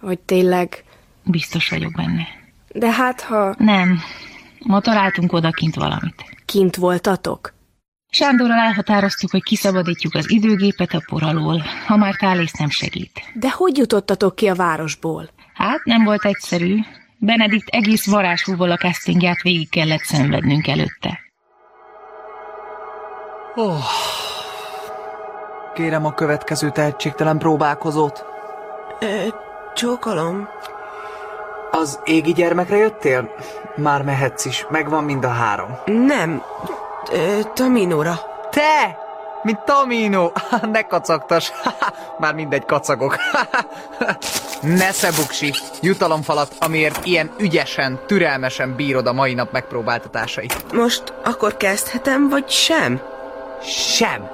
S8: hogy tényleg...
S10: Biztos vagyok benne.
S8: De hát ha...
S10: Nem. Ma találtunk odakint valamit.
S8: Kint voltatok?
S10: Sándorral elhatároztuk, hogy kiszabadítjuk az időgépet a por alól, ha már tálész nem segít.
S8: De hogy jutottatok ki a városból?
S10: Hát nem volt egyszerű. Benedikt egész varázshúval a castingját végig kellett szenvednünk előtte.
S9: Oh. Kérem a következő tehetségtelen próbálkozót.
S17: Ö, csókolom.
S9: Az égi gyermekre jöttél? Már mehetsz is, megvan mind a három.
S17: Nem. Ö, Taminóra.
S9: Te! Mint Tamino! Ne kacagtas! Már mindegy, kacagok. Nesze buksi! Jutalomfalat, amiért ilyen ügyesen, türelmesen bírod a mai nap megpróbáltatásait.
S17: Most akkor kezdhetem, vagy sem?
S9: Sem!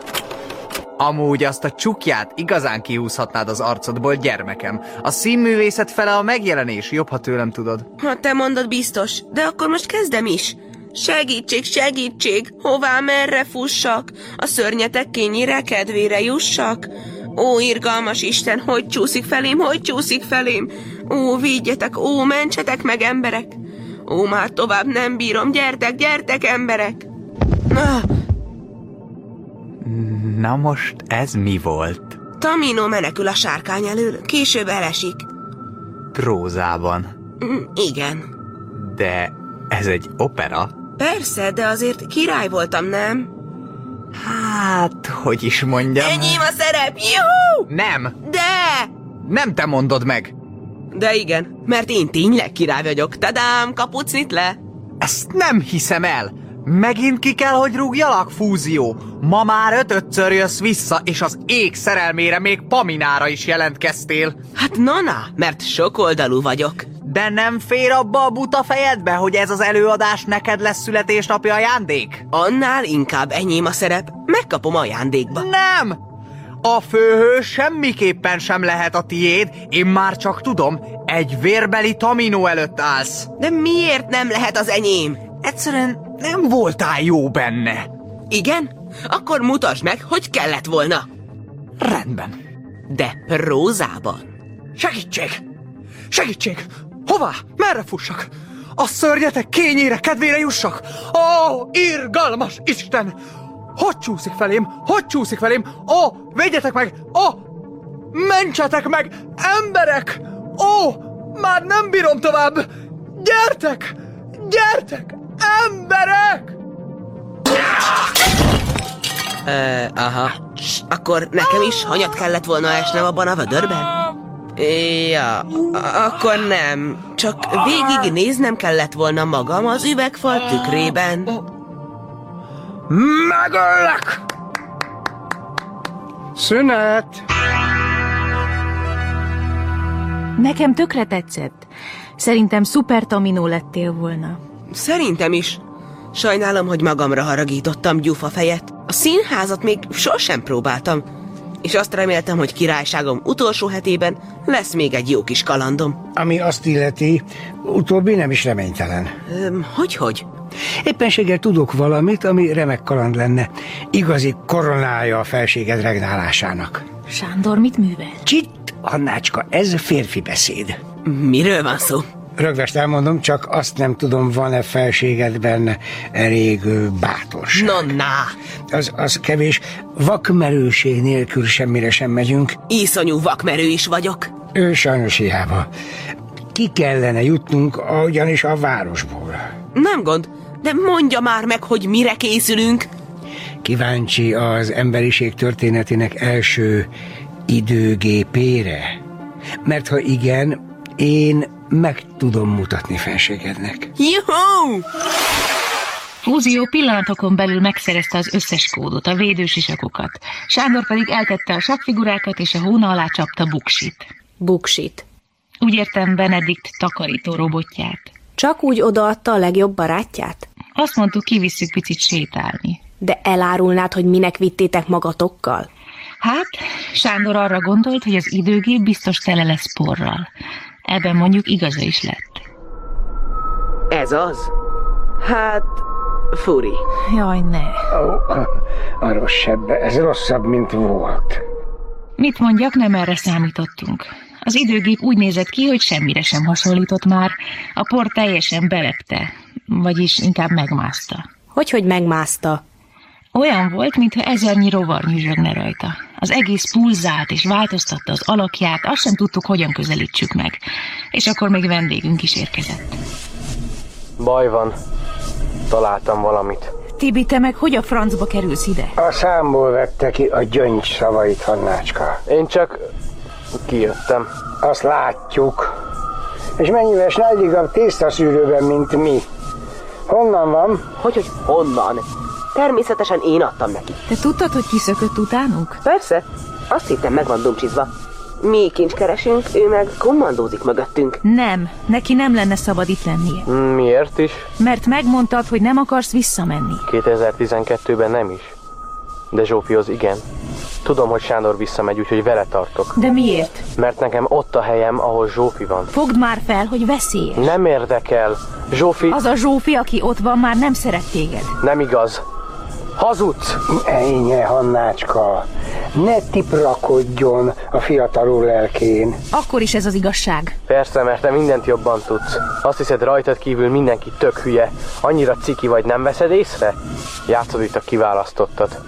S9: Amúgy azt a csukját igazán kihúzhatnád az arcodból, gyermekem. A színművészet fele a megjelenés, jobb, ha tőlem tudod.
S17: Ha te mondod, biztos. De akkor most kezdem is. Segítség, segítség! Hová, merre fussak? A szörnyetek kényire, kedvére jussak? Ó, irgalmas Isten, hogy csúszik felém, hogy csúszik felém? Ó, védjetek, ó, mentsetek meg, emberek! Ó, már tovább nem bírom, gyertek, gyertek, emberek! Ah,
S9: Na most ez mi volt?
S17: Tamino menekül a sárkány elől, később elesik.
S9: Prózában.
S17: Mm, igen.
S9: De ez egy opera?
S17: Persze, de azért király voltam, nem?
S9: Hát, hogy is mondjam?
S17: Enyém a szerep, jó!
S9: Nem!
S17: De!
S9: Nem te mondod meg!
S17: De igen, mert én tényleg király vagyok. Tadám, kapucnit le!
S9: Ezt nem hiszem el! Megint ki kell, hogy rúgjalak, fúzió! Ma már ötötször jössz vissza, és az ég szerelmére még Paminára is jelentkeztél.
S17: Hát nana, mert sokoldalú vagyok.
S9: De nem fér abba a buta fejedbe, hogy ez az előadás neked lesz születésnapi ajándék?
S17: Annál inkább enyém a szerep. Megkapom ajándékba.
S9: Nem! A főhő semmiképpen sem lehet a tiéd, én már csak tudom, egy vérbeli Tamino előtt állsz.
S17: De miért nem lehet az enyém?
S9: Egyszerűen nem voltál jó benne.
S17: Igen? Akkor mutasd meg, hogy kellett volna.
S9: Rendben.
S17: De prózában.
S9: Segítség! Segítség! Hová? Merre fussak? A szörnyetek kényére, kedvére jussak! Ó, irgalmas Isten! Hogy csúszik felém? Hogy csúszik felém? Ó, védjetek meg! Ó, mentsetek meg! Emberek! Ó, már nem bírom tovább! Gyertek! Gyertek! Emberek!
S17: Ö, aha. Akkor nekem is hanyat kellett volna esnem abban a vödörben? Ja, a- akkor nem. Csak végignéznem kellett volna magam az üvegfal tükrében.
S9: Megöllek!
S26: Szünet!
S27: Nekem tökre tetszett. Szerintem szuper Tamino lettél volna.
S17: Szerintem is. Sajnálom, hogy magamra haragítottam gyufa fejet. A színházat még sosem próbáltam. És azt reméltem, hogy királyságom utolsó hetében lesz még egy jó kis kalandom.
S12: Ami azt illeti, utóbbi nem is reménytelen.
S17: Öm, hogy-hogy?
S12: Éppenséggel tudok valamit, ami remek kaland lenne. Igazi koronája a felséged regnálásának.
S27: Sándor mit művel?
S12: Csitt, Annácska, ez férfi beszéd.
S17: Miről van szó?
S12: Rögvest elmondom, csak azt nem tudom, van-e felségedben elég ö, bátorság.
S17: Na, na!
S12: Az, az kevés. Vakmerőség nélkül semmire sem megyünk.
S17: Iszonyú vakmerő is vagyok.
S12: Ő sajnos hiába. Ki kellene jutnunk, a- ugyanis a városból.
S17: Nem gond, de mondja már meg, hogy mire készülünk.
S12: Kíváncsi az emberiség történetének első időgépére? Mert ha igen, én meg tudom mutatni fenségednek.
S17: Juhú!
S10: Fúzió pillanatokon belül megszerezte az összes kódot, a védősisakokat. Sándor pedig eltette a sapfigurákat, és a hóna alá csapta Buksit.
S8: Buksit.
S10: Úgy értem Benedikt takarító robotját.
S8: Csak úgy odaadta a legjobb barátját?
S10: Azt mondtuk, kivisszük picit sétálni.
S8: De elárulnád, hogy minek vittétek magatokkal?
S10: Hát, Sándor arra gondolt, hogy az időgép biztos tele lesz porral. Ebben mondjuk igaza is lett.
S17: Ez az? Hát, furi.
S28: Jaj, ne.
S12: Ó, a rossz sebbe, ez rosszabb, mint volt.
S10: Mit mondjak, nem erre számítottunk. Az időgép úgy nézett ki, hogy semmire sem hasonlított már. A por teljesen belepte, vagyis inkább megmászta.
S8: Hogy, hogy megmászta?
S10: Olyan volt, mintha ezernyi rovar nyüzsögne rajta. Az egész pulzált és változtatta az alakját, azt sem tudtuk, hogyan közelítsük meg. És akkor még vendégünk is érkezett.
S12: Baj van. Találtam valamit.
S28: Tibi, te meg hogy a francba kerülsz ide?
S12: A számból vette ki a gyöngy szavait, Hannácska. Én csak kijöttem. Azt látjuk. És mennyivel snágyigabb tiszta szűrőben, mint mi. Honnan van?
S17: Hogy, hogy honnan? Természetesen én adtam neki.
S28: Te tudtad, hogy kiszökött utánunk?
S17: Persze, azt hittem meg van dumcsizva. Mi kincs keresünk, ő meg kommandózik mögöttünk.
S28: Nem, neki nem lenne szabad itt lennie.
S16: Miért is?
S28: Mert megmondtad, hogy nem akarsz visszamenni.
S16: 2012-ben nem is. De Zsófihoz igen. Tudom, hogy Sándor visszamegy, úgyhogy vele tartok.
S28: De miért?
S16: Mert nekem ott a helyem, ahol Zsófi van.
S28: Fogd már fel, hogy veszélyes.
S16: Nem érdekel. Zsófi...
S28: Az a Zsófi, aki ott van, már nem szeret téged.
S16: Nem igaz. Hazudsz!
S12: Ejnye, Hannácska. Ne tiprakodjon a fiatalul lelkén.
S28: Akkor is ez az igazság.
S16: Persze, mert te mindent jobban tudsz. Azt hiszed, rajtad kívül mindenki tök hülye. Annyira ciki vagy, nem veszed észre? Játszod itt a kiválasztottat.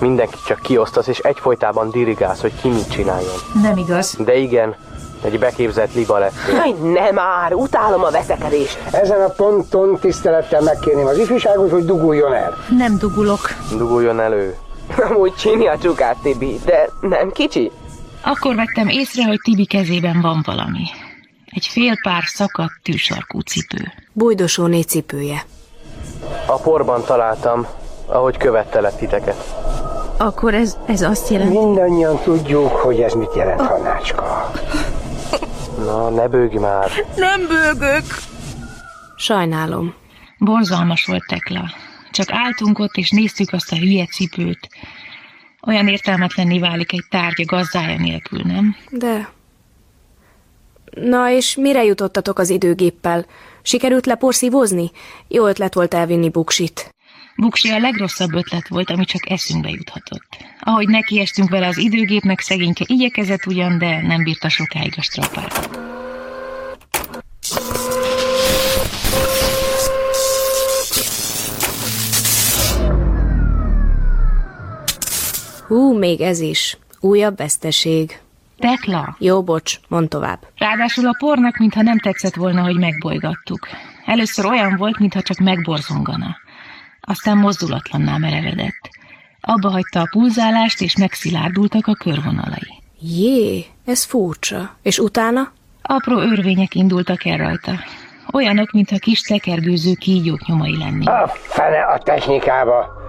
S16: Mindenki csak kiosztasz, és egyfolytában dirigálsz, hogy ki mit csináljon.
S28: Nem igaz.
S16: De igen, egy beképzett liba lettél.
S17: Haj, ne már, utálom a veszekedést.
S12: Ezen a ponton tisztelettel megkérném az ifjúságot, hogy duguljon el.
S28: Nem dugulok.
S16: Duguljon elő.
S17: Amúgy csinál csukát, Tibi, de nem kicsi.
S10: Akkor vettem észre, hogy Tibi kezében van valami. Egy fél pár szakadt tűsarkú cipő.
S8: Bújdosóné cipője.
S16: A porban találtam, ahogy követtelek titeket.
S28: Akkor ez, ez azt jelenti... Ah.
S12: Mindannyian tudjuk, hogy ez mit jelent, Hanácska.
S16: Na, ne bőgi már.
S8: Nem bőgök. Sajnálom.
S10: Borzalmas volt Tekla. Csak álltunk ott, és néztük azt a hülye cipőt. Olyan értelmetlenné válik egy tárgy a gazdája nélkül, nem?
S8: De... Na és mire jutottatok az időgéppel? Sikerült leporszívozni? Jó ötlet volt elvinni buksit.
S10: Buksi a legrosszabb ötlet volt, ami csak eszünkbe juthatott. Ahogy nekiestünk vele az időgépnek, szegényke igyekezett ugyan, de nem bírta sokáig a strapát.
S8: Hú, még ez is. Újabb veszteség.
S10: Tekla,
S8: Jó, bocs, mondd tovább.
S10: ráadásul a pornak, mintha nem tetszett volna, hogy megbolygattuk. Először olyan volt, mintha csak megborzongana. Aztán mozdulatlanná merevedett. Abba hagyta a pulzálást, és megszilárdultak a körvonalai.
S8: Jé, ez furcsa. És utána?
S10: Apró örvények indultak el rajta. Olyanok, mintha kis tekergőző kígyók nyomai lennének.
S12: A fene a technikába.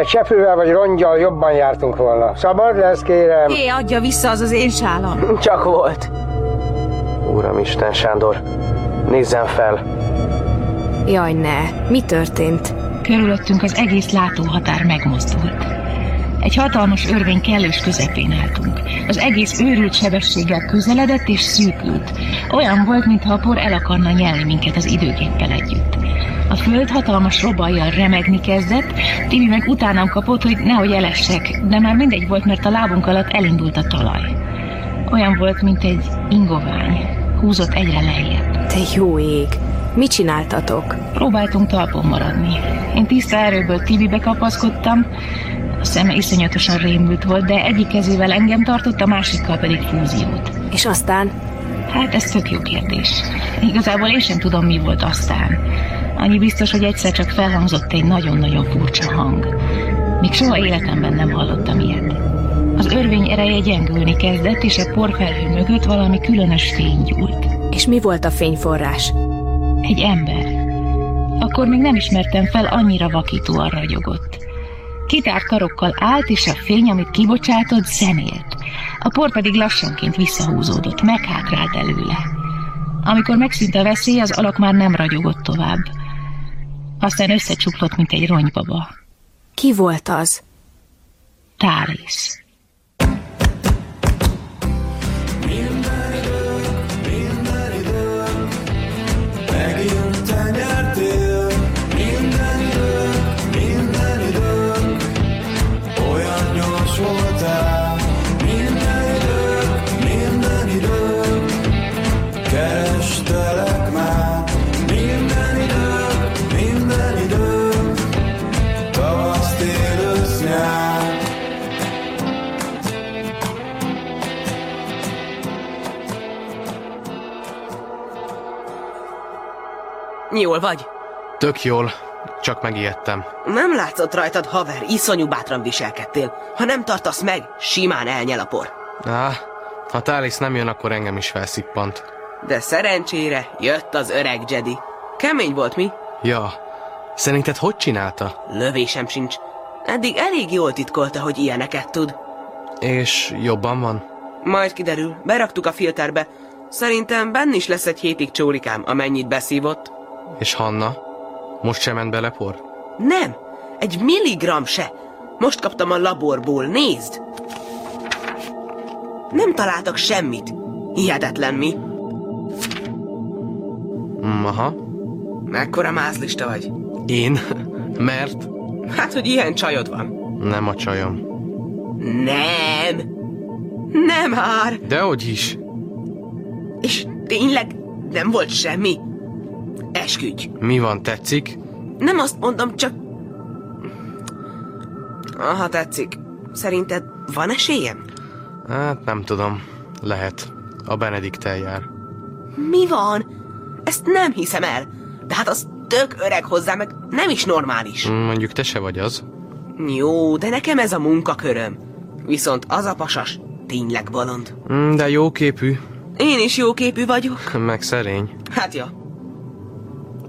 S12: Egy seprővel vagy rongyal jobban jártunk volna. Szabad lesz, kérem.
S28: Hé, adja vissza az az én sálam.
S17: Csak volt.
S16: Uramisten, Sándor, nézzen fel!
S8: Jaj, ne. Mi történt?
S10: Körülöttünk az egész látóhatár megmozdult. Egy hatalmas örvény kellős közepén álltunk. Az egész őrült sebességgel közeledett és szűkült. Olyan volt, mintha a por el akarna nyelni minket az időgéppel együtt. A föld hatalmas robajjal remegni kezdett, Tibi meg utánam kapott, hogy nehogy elessek, de már mindegy volt, mert a lábunk alatt elindult a talaj. Olyan volt, mint egy ingovány. Húzott egyre lejjebb.
S8: Te jó ég. Mit csináltatok?
S10: Próbáltunk talpon maradni. Én tiszta erőből Tibibe kapaszkodtam, a szeme iszonyatosan rémült volt, de egyik kezével engem tartott, a másikkal pedig fúziót.
S8: És aztán?
S10: Hát ez tök jó kérdés. Igazából én sem tudom, mi volt aztán. Annyi biztos, hogy egyszer csak felhangzott egy nagyon-nagyon furcsa hang. Még soha életemben nem hallottam ilyet. Az örvény ereje gyengülni kezdett, és a porfelhő mögött valami különös fény gyúlt.
S8: És mi volt a fényforrás?
S10: Egy ember. Akkor még nem ismertem fel, annyira vakítóan ragyogott. Kitárt karokkal állt, és a fény, amit kibocsátott, zenélt. A por pedig lassanként visszahúzódott, meghátrált előle. Amikor megszűnt a veszély, az alak már nem ragyogott tovább. Aztán összecsuklott, mint egy ronybaba.
S8: Ki volt az?
S10: Tálisz.
S17: Jól vagy?
S16: Tök jól, csak megijedtem.
S17: Nem látszott rajtad, haver, iszonyú bátran viselkedtél. Ha nem tartasz meg, simán elnyel a por.
S16: Á, ha Tális nem jön, akkor engem is felszippant.
S17: De szerencsére jött az öreg Jedi. Kemény volt mi?
S16: Ja, szerinted hogy csinálta?
S17: Lövésem sincs. Eddig elég jól titkolta, hogy ilyeneket tud.
S16: És jobban van?
S17: Majd kiderül, beraktuk a filterbe. Szerintem benn is lesz egy hétig csórikám, amennyit beszívott.
S16: És Hanna? Most sem ment bele por?
S17: Nem, egy milligram se. Most kaptam a laborból, nézd! Nem találtak semmit. Hihetetlen mi.
S16: Mm, aha.
S17: Mekkora mázlista vagy?
S16: Én? Mert
S17: Hát, hogy ilyen csajod van.
S16: nem a csajom.
S17: Nem! Nem már!
S16: Dehogy is.
S17: És tényleg nem volt semmi. Esküdj!
S16: Mi van, tetszik?
S17: Nem azt mondom, csak... Aha, tetszik. Szerinted van esélyem?
S16: Hát nem tudom. Lehet. A Benedikt eljár.
S17: Mi van? Ezt nem hiszem el. De hát az tök öreg hozzá, meg nem is normális.
S16: Mm, Mondjuk te se vagy az.
S17: Jó, de nekem ez a munkaköröm. Viszont az a pasas tényleg bolond.
S16: Mm, De jó képű,
S17: Én is jóképű vagyok.
S16: meg szerény.
S17: Hát ja.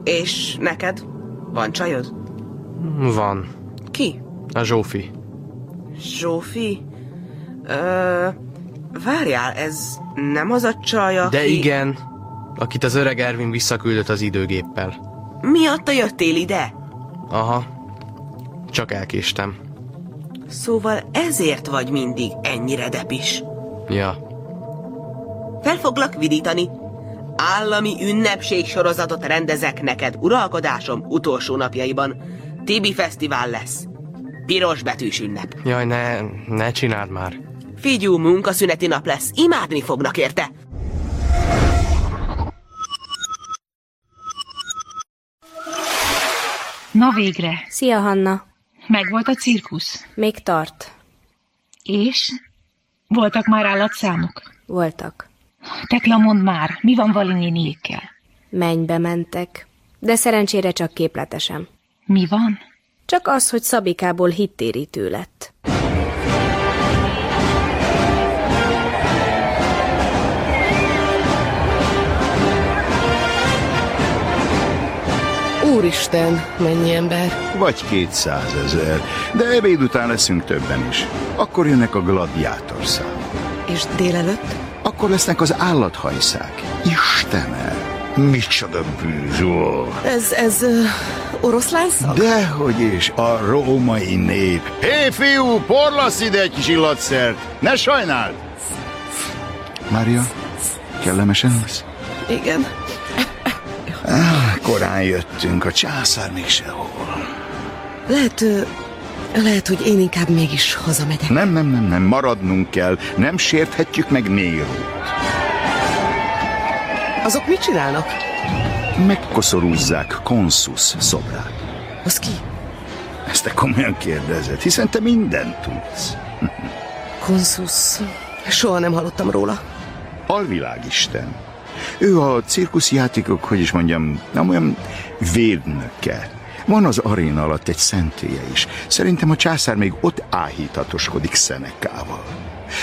S17: És neked? Van csajod?
S16: Van.
S17: Ki?
S16: A Zsófi.
S17: Zsófi? Ö, várjál, ez nem az a csaj, aki...
S16: De igen, akit az öreg Ervin visszaküldött az időgéppel.
S17: Miatta jöttél ide?
S16: Aha. Csak elkéstem.
S17: Szóval ezért vagy mindig ennyire depis.
S16: Ja.
S17: Fel foglak vidítani. Állami ünnepség sorozatot rendezek neked uralkodásom utolsó napjaiban. Tibi Fesztivál lesz. Piros betűs ünnep.
S16: Jaj, ne, ne csináld már.
S17: Figyú munkaszüneti nap lesz, imádni fognak érte.
S29: Na végre.
S8: Szia, Hanna.
S29: Meg volt a cirkusz?
S8: Még tart.
S29: És? Voltak már állatszámok?
S8: Voltak.
S29: Tekla, mond már, mi van Vali néniékkel?
S8: Mennybe mentek. De szerencsére csak képletesen.
S29: Mi van?
S8: Csak az, hogy Szabikából hittérítő lett.
S1: Úristen, mennyi ember.
S5: Vagy 200 ezer, de ebéd után leszünk többen is. Akkor jönnek a gladiátor számok.
S1: És délelőtt?
S5: Akkor lesznek az állathajszák. Istenem, micsoda bűz volt.
S1: Ez, ez ö, oroszlán szag?
S5: Dehogy is, a római nép. Hé, fiú, porlasz ide egy kis illatszert, ne sajnáld! Mária, kellemesen lesz?
S1: Igen.
S5: Ah, korán jöttünk, a császár még sehol.
S1: Lehet, ö, lehet, hogy én inkább mégis hazamegyek.
S5: Nem, nem, nem, nem, maradnunk kell, nem sérthetjük meg Nérót.
S1: Azok mit csinálnak?
S5: Megkoszorúzzák konszus szobrát.
S1: Az ki?
S5: Ezt te komolyan kérdezed, hiszen te mindent tudsz.
S1: Konszus. Soha nem hallottam róla.
S5: Alvilágisten. Ő a cirkuszjátékok, hogy is mondjam, nem olyan védnöke. Van az aréna alatt egy szentélye is. Szerintem a császár még ott áhítatoskodik Szenekával.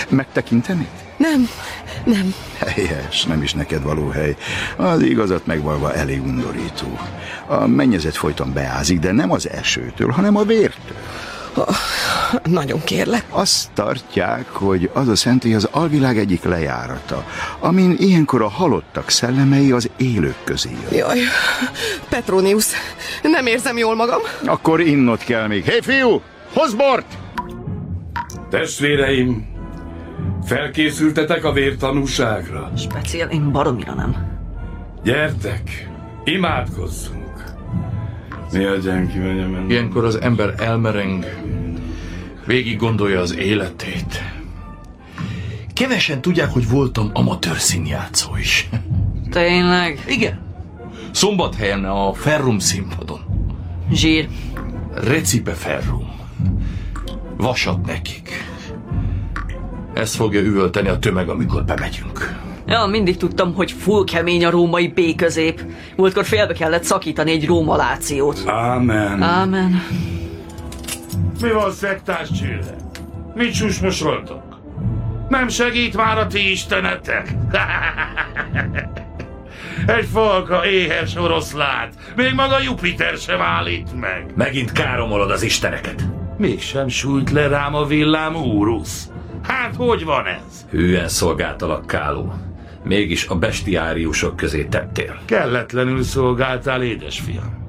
S5: Megtekintenéd?
S1: Nem, nem.
S5: Helyes, nem is neked való hely. Az igazat megvalva elég undorító. A mennyezet folyton beázik, de nem az esőtől, hanem a vértől.
S1: Ah, Nagyon kérlek.
S5: Azt tartják, hogy az a szentély az alvilág egyik lejárata, amin ilyenkor a halottak szellemei az élők közé jön.
S1: Jaj, Petronius, nem érzem jól magam.
S5: Akkor innot kell még. Hé, fiú, hozd bort!
S23: Testvéreim, felkészültetek a vértanúságra?
S19: Speciál én baromira nem.
S23: Gyertek, imádkozzunk. Mi a gyenki menyem?
S2: Ilyenkor az ember elmereng, végig gondolja az életét. Kevesen tudják, hogy voltam amatőr színjátszó is.
S19: Tényleg?
S2: Igen. Szombathelyen a Ferrum színpadon.
S19: Zsír.
S2: Recipe Ferrum. Vasat nekik. Ezt fogja üvölteni a tömeg, amikor bemegyünk.
S19: Ja, mindig tudtam, hogy full kemény a római B közép. Múltkor félbe kellett szakítani egy rómalációt.
S23: Ámen.
S19: Ámen.
S23: Mi van, szektás csille? Mit susmosoltok? Nem segít már a ti istenetek? Egy falka éhes oroszlát. Még maga Jupiter sem állít meg.
S12: Megint káromolod az isteneket.
S23: Mégsem sújt le rám a villám úrusz. Hát hogy van ez?
S12: Hűen szolgáltalak, Káló. Mégis a bestiáriusok közé tettél.
S23: Kelletlenül szolgáltál, édesfiam.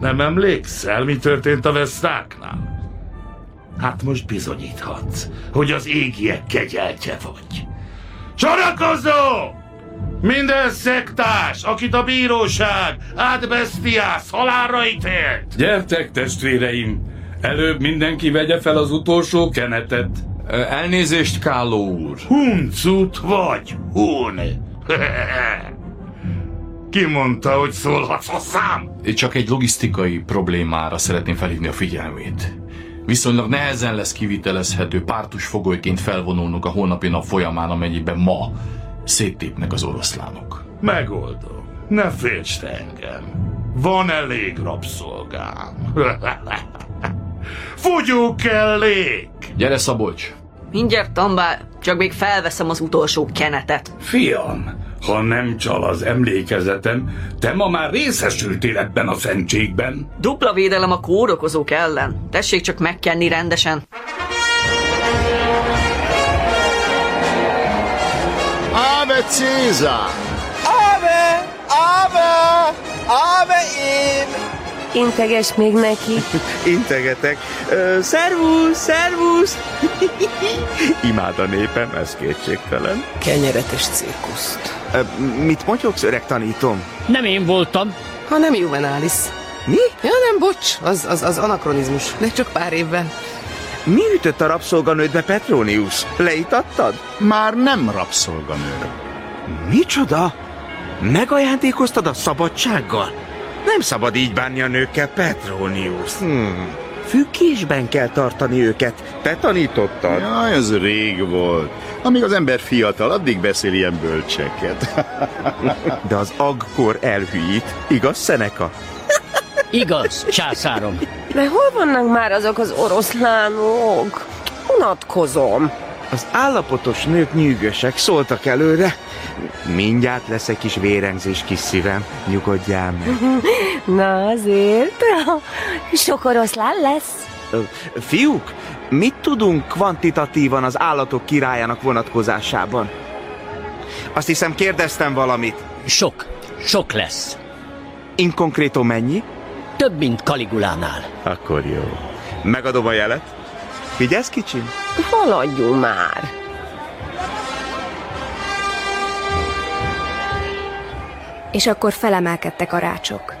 S23: Nem emlékszel, mi történt a vesztáknál? Hát most bizonyíthatsz, hogy az égiek kegyeltje vagy. Sorakozó! Minden szektás, akit a bíróság átbesztiász, halálra ítél! Gyertek, testvéreim! Előbb mindenki vegye fel az utolsó kenetet.
S12: Elnézést, Káló úr.
S23: Huncut vagy, hún! Ki mondta, hogy szólhatsz hozzám?
S12: Csak egy logisztikai problémára szeretném felhívni a figyelmét. Viszonylag nehezen lesz kivitelezhető pártus fogolyként felvonulnunk a holnapi nap folyamán, amennyiben ma széttépnek az oroszlánok.
S23: Megoldom. Ne féltsd engem. Van elég rabszolgám. Fogyó kellék!
S12: Gyere, Szabolcs!
S19: Mindjárt tambál, csak még felveszem az utolsó kenetet.
S23: Fiam, ha nem csal az emlékezetem, te ma már részesültél ebben a szentségben.
S19: Dupla védelem a kórokozók ellen. Tessék csak megkenni rendesen.
S5: Ave Cézár!
S16: Ave, ave, ave én!
S8: Integes még neki.
S21: Integetek. Ö, szervusz, szervusz! Imád a népem, ez kétségtelen.
S24: Kenyeretes cirkuszt.
S21: Ö, mit motyogsz, öreg tanítom?
S24: Nem én voltam. Ha nem Juvenalis.
S21: Mi?
S24: Ja nem, bocs, az, az, az anakronizmus, de csak pár évben.
S21: Mi ütött a rabszolganődbe, Petronius? Leitattad?
S5: Már nem rabszolganő.
S21: Micsoda? Megajándékoztad a szabadsággal? Nem szabad így bánni a nőkkel, Petronius. Hmm. Függésben kell tartani őket. Te tanítottad?
S5: Jaj, ez rég volt. Amíg az ember fiatal, addig beszél ilyen bölcseket.
S21: De az agkor elhűít, igaz, Szeneka?
S18: Igaz, császárom.
S22: De hol vannak már azok az oroszlánok? Unatkozom.
S21: Az állapotos nők nyűgösek, szóltak előre. Mindjárt lesz egy kis vérengzés, kis szívem. Nyugodjál meg.
S22: Na azért, sok oroszlán lesz.
S21: Ö, Fiúk, mit tudunk kvantitatívan az állatok királyának vonatkozásában? Azt hiszem kérdeztem valamit.
S18: Sok, sok lesz.
S21: Inkonkrétum mennyi?
S18: Több, mint Kaligulánál.
S21: Akkor jó. Megadom a jelet. Figyelsz, kicsim?
S22: Haladjunk már.
S8: És akkor felemelkedtek a rácsok,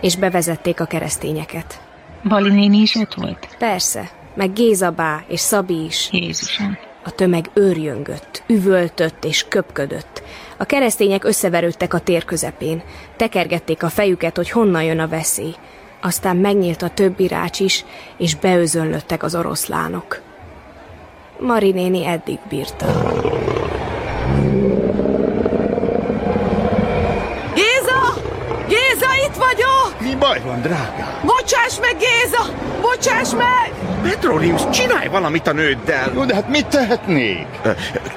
S8: és bevezették a keresztényeket.
S13: Bali néni is ott volt?
S8: Persze, meg Géza bá és Szabi is.
S13: Jézusom.
S8: A tömeg őrjöngött, üvöltött és köpködött. A keresztények összeverődtek a tér közepén, tekergették a fejüket, hogy honnan jön a veszély. Aztán megnyílt a többi rács is, és beözönlöttek az oroszlánok. Mari néni eddig bírta.
S16: Géza! Géza, itt vagyok!
S21: Mi baj van, drága?
S16: Bocsáss meg, Géza! Bocsáss meg!
S21: Petronius, csinálj valamit a nőddel! Jó, de hát mit tehetnék?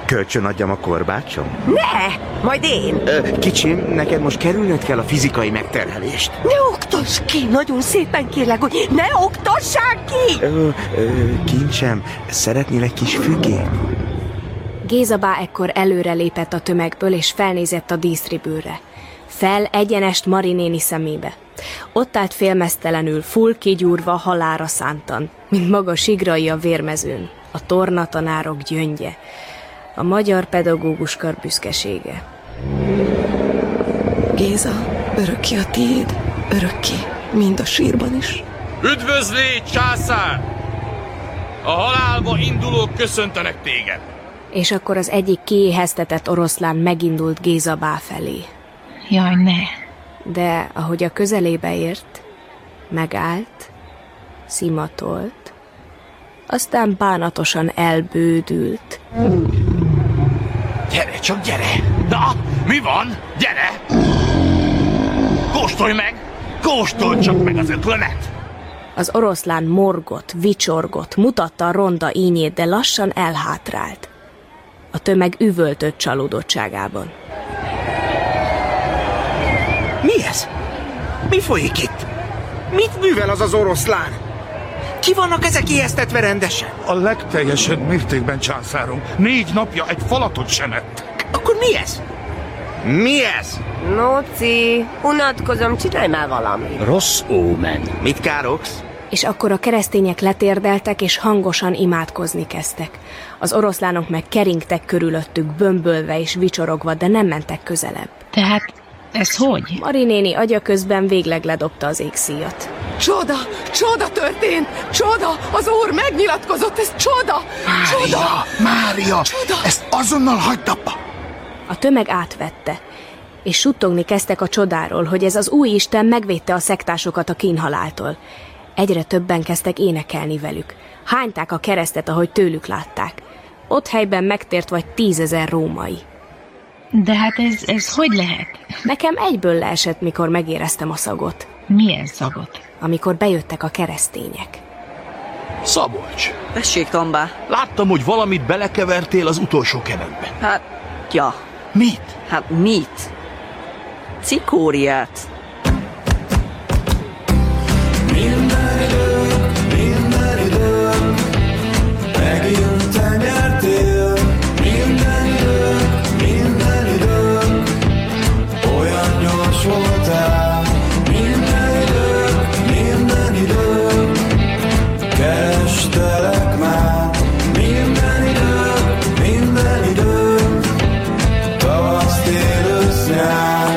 S21: Kölcsön adjam a korbácsom?
S22: Ne, majd én.
S21: Ö, Kicsim, neked most kerülnöd kell a fizikai megterhelést.
S22: Ne oktass ki, nagyon szépen kérlek, hogy ne oktassák ki!
S21: Ö, ö, Kincsem, szeretnél egy kis fügét?
S8: Gézabá ekkor előrelépett a tömegből, és felnézett a dísztribűre. Fel egyenest Mari néni szemébe. Ott állt félmeztelenül, full kigyúrva, halára szántan, mint maga sigrai a vérmezőn, a tornatanárok gyöngye, a magyar pedagógus kar büszkesége.
S1: Géza, örökké a tiéd, örökké, mind a sírban is.
S2: Üdvözli, császár! A halálba indulók köszöntenek téged!
S8: És akkor az egyik kiéheztetett oroszlán megindult Gézabá felé.
S13: Jaj, ne.
S8: De ahogy a közelébe ért, megállt, szimatolt, aztán bánatosan elbődült.
S12: Gyere, csak gyere!
S2: Na, mi van? Gyere! Kóstolj meg! Kóstolj csak meg az ötlemet!
S8: Az oroszlán morgott, vicsorgott, mutatta a ronda ínyét, de lassan elhátrált. A tömeg üvöltött csalódottságában.
S21: Mi ez? Mi folyik itt? Mit művel az az oroszlán? Ki vannak ezek ijesztetve rendesen?
S23: A legteljesebb mértékben császárom. Négy napja egy falatot sem ett.
S21: Akkor mi ez?
S30: Mi ez?
S22: Nóci, unatkozom, csinálj már valamit.
S31: Rossz ómen.
S30: Mit károgsz?
S8: És akkor a keresztények letérdeltek, és hangosan imádkozni kezdtek. Az oroszlánok meg keringtek körülöttük, bömbölve és vicsorogva, de nem mentek közelebb.
S32: Tehát ez hogy?
S8: Mari néni agya közben végleg ledobta az égszíjat.
S1: Csoda! Csoda történt! Csoda! Az úr megnyilatkozott! Ez csoda! Csoda!
S5: Mária! Ezt azonnal hagyd abba!
S8: A tömeg átvette, és suttogni kezdtek a csodáról, hogy ez az új Isten megvédte a szektásokat a kínhaláltól. Egyre többen kezdtek énekelni velük. Hányták a keresztet, ahogy tőlük látták. Ott helyben megtért vagy tízezer római.
S32: De hát ez, ez hogy lehet?
S8: Nekem egyből leesett, mikor megéreztem a szagot.
S32: Milyen szagot?
S8: Amikor bejöttek a keresztények.
S2: Szabolcs!
S19: Tessék, Tombá!
S2: Láttam, hogy valamit belekevertél az utolsó keretbe.
S19: Hát, ja.
S2: Mit?
S19: Hát mit? Cikóriát.
S14: Minden idők, minden idők, megint te nyertél. Minden idők, minden idők, olyan gyors voltál. Minden idők, minden idők, kerestelek már. Minden idők, minden idők, tavasz, tél, ősz, nyár.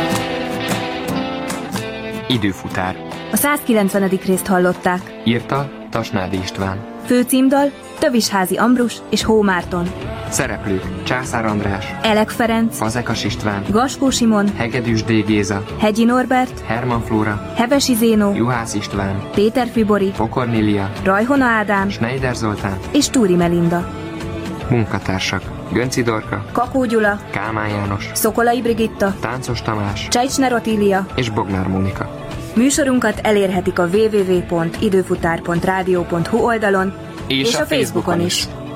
S6: Időfutár.
S33: A 190. részt hallották.
S6: Írta Tasnádi István.
S33: Főcímdal Tövisházi Ambrus és Hó Márton.
S6: Szereplők Császár András,
S33: Elek Ferenc,
S6: Fazekas István,
S33: Gaskó Simon,
S6: Hegedűs D. Géza,
S33: Hegyi Norbert,
S6: Herman Flóra,
S33: Hevesi Zénó,
S6: Juhász István,
S33: Péter Fibori,
S6: Pokornélia,
S33: Rajhona Ádám
S6: Schneider Zoltán,
S33: és Túri Melinda.
S6: munkatársak Gönci Dorka,
S33: Kakó Gyula,
S6: Kálmán János,
S33: Szokolai Brigitta,
S6: Táncos Tamás
S33: Csejcsner Otília.
S6: és Bognár Mónika.
S33: Műsorunkat elérhetik a www.időfutár.rádió.hu oldalon és, a Facebookon is.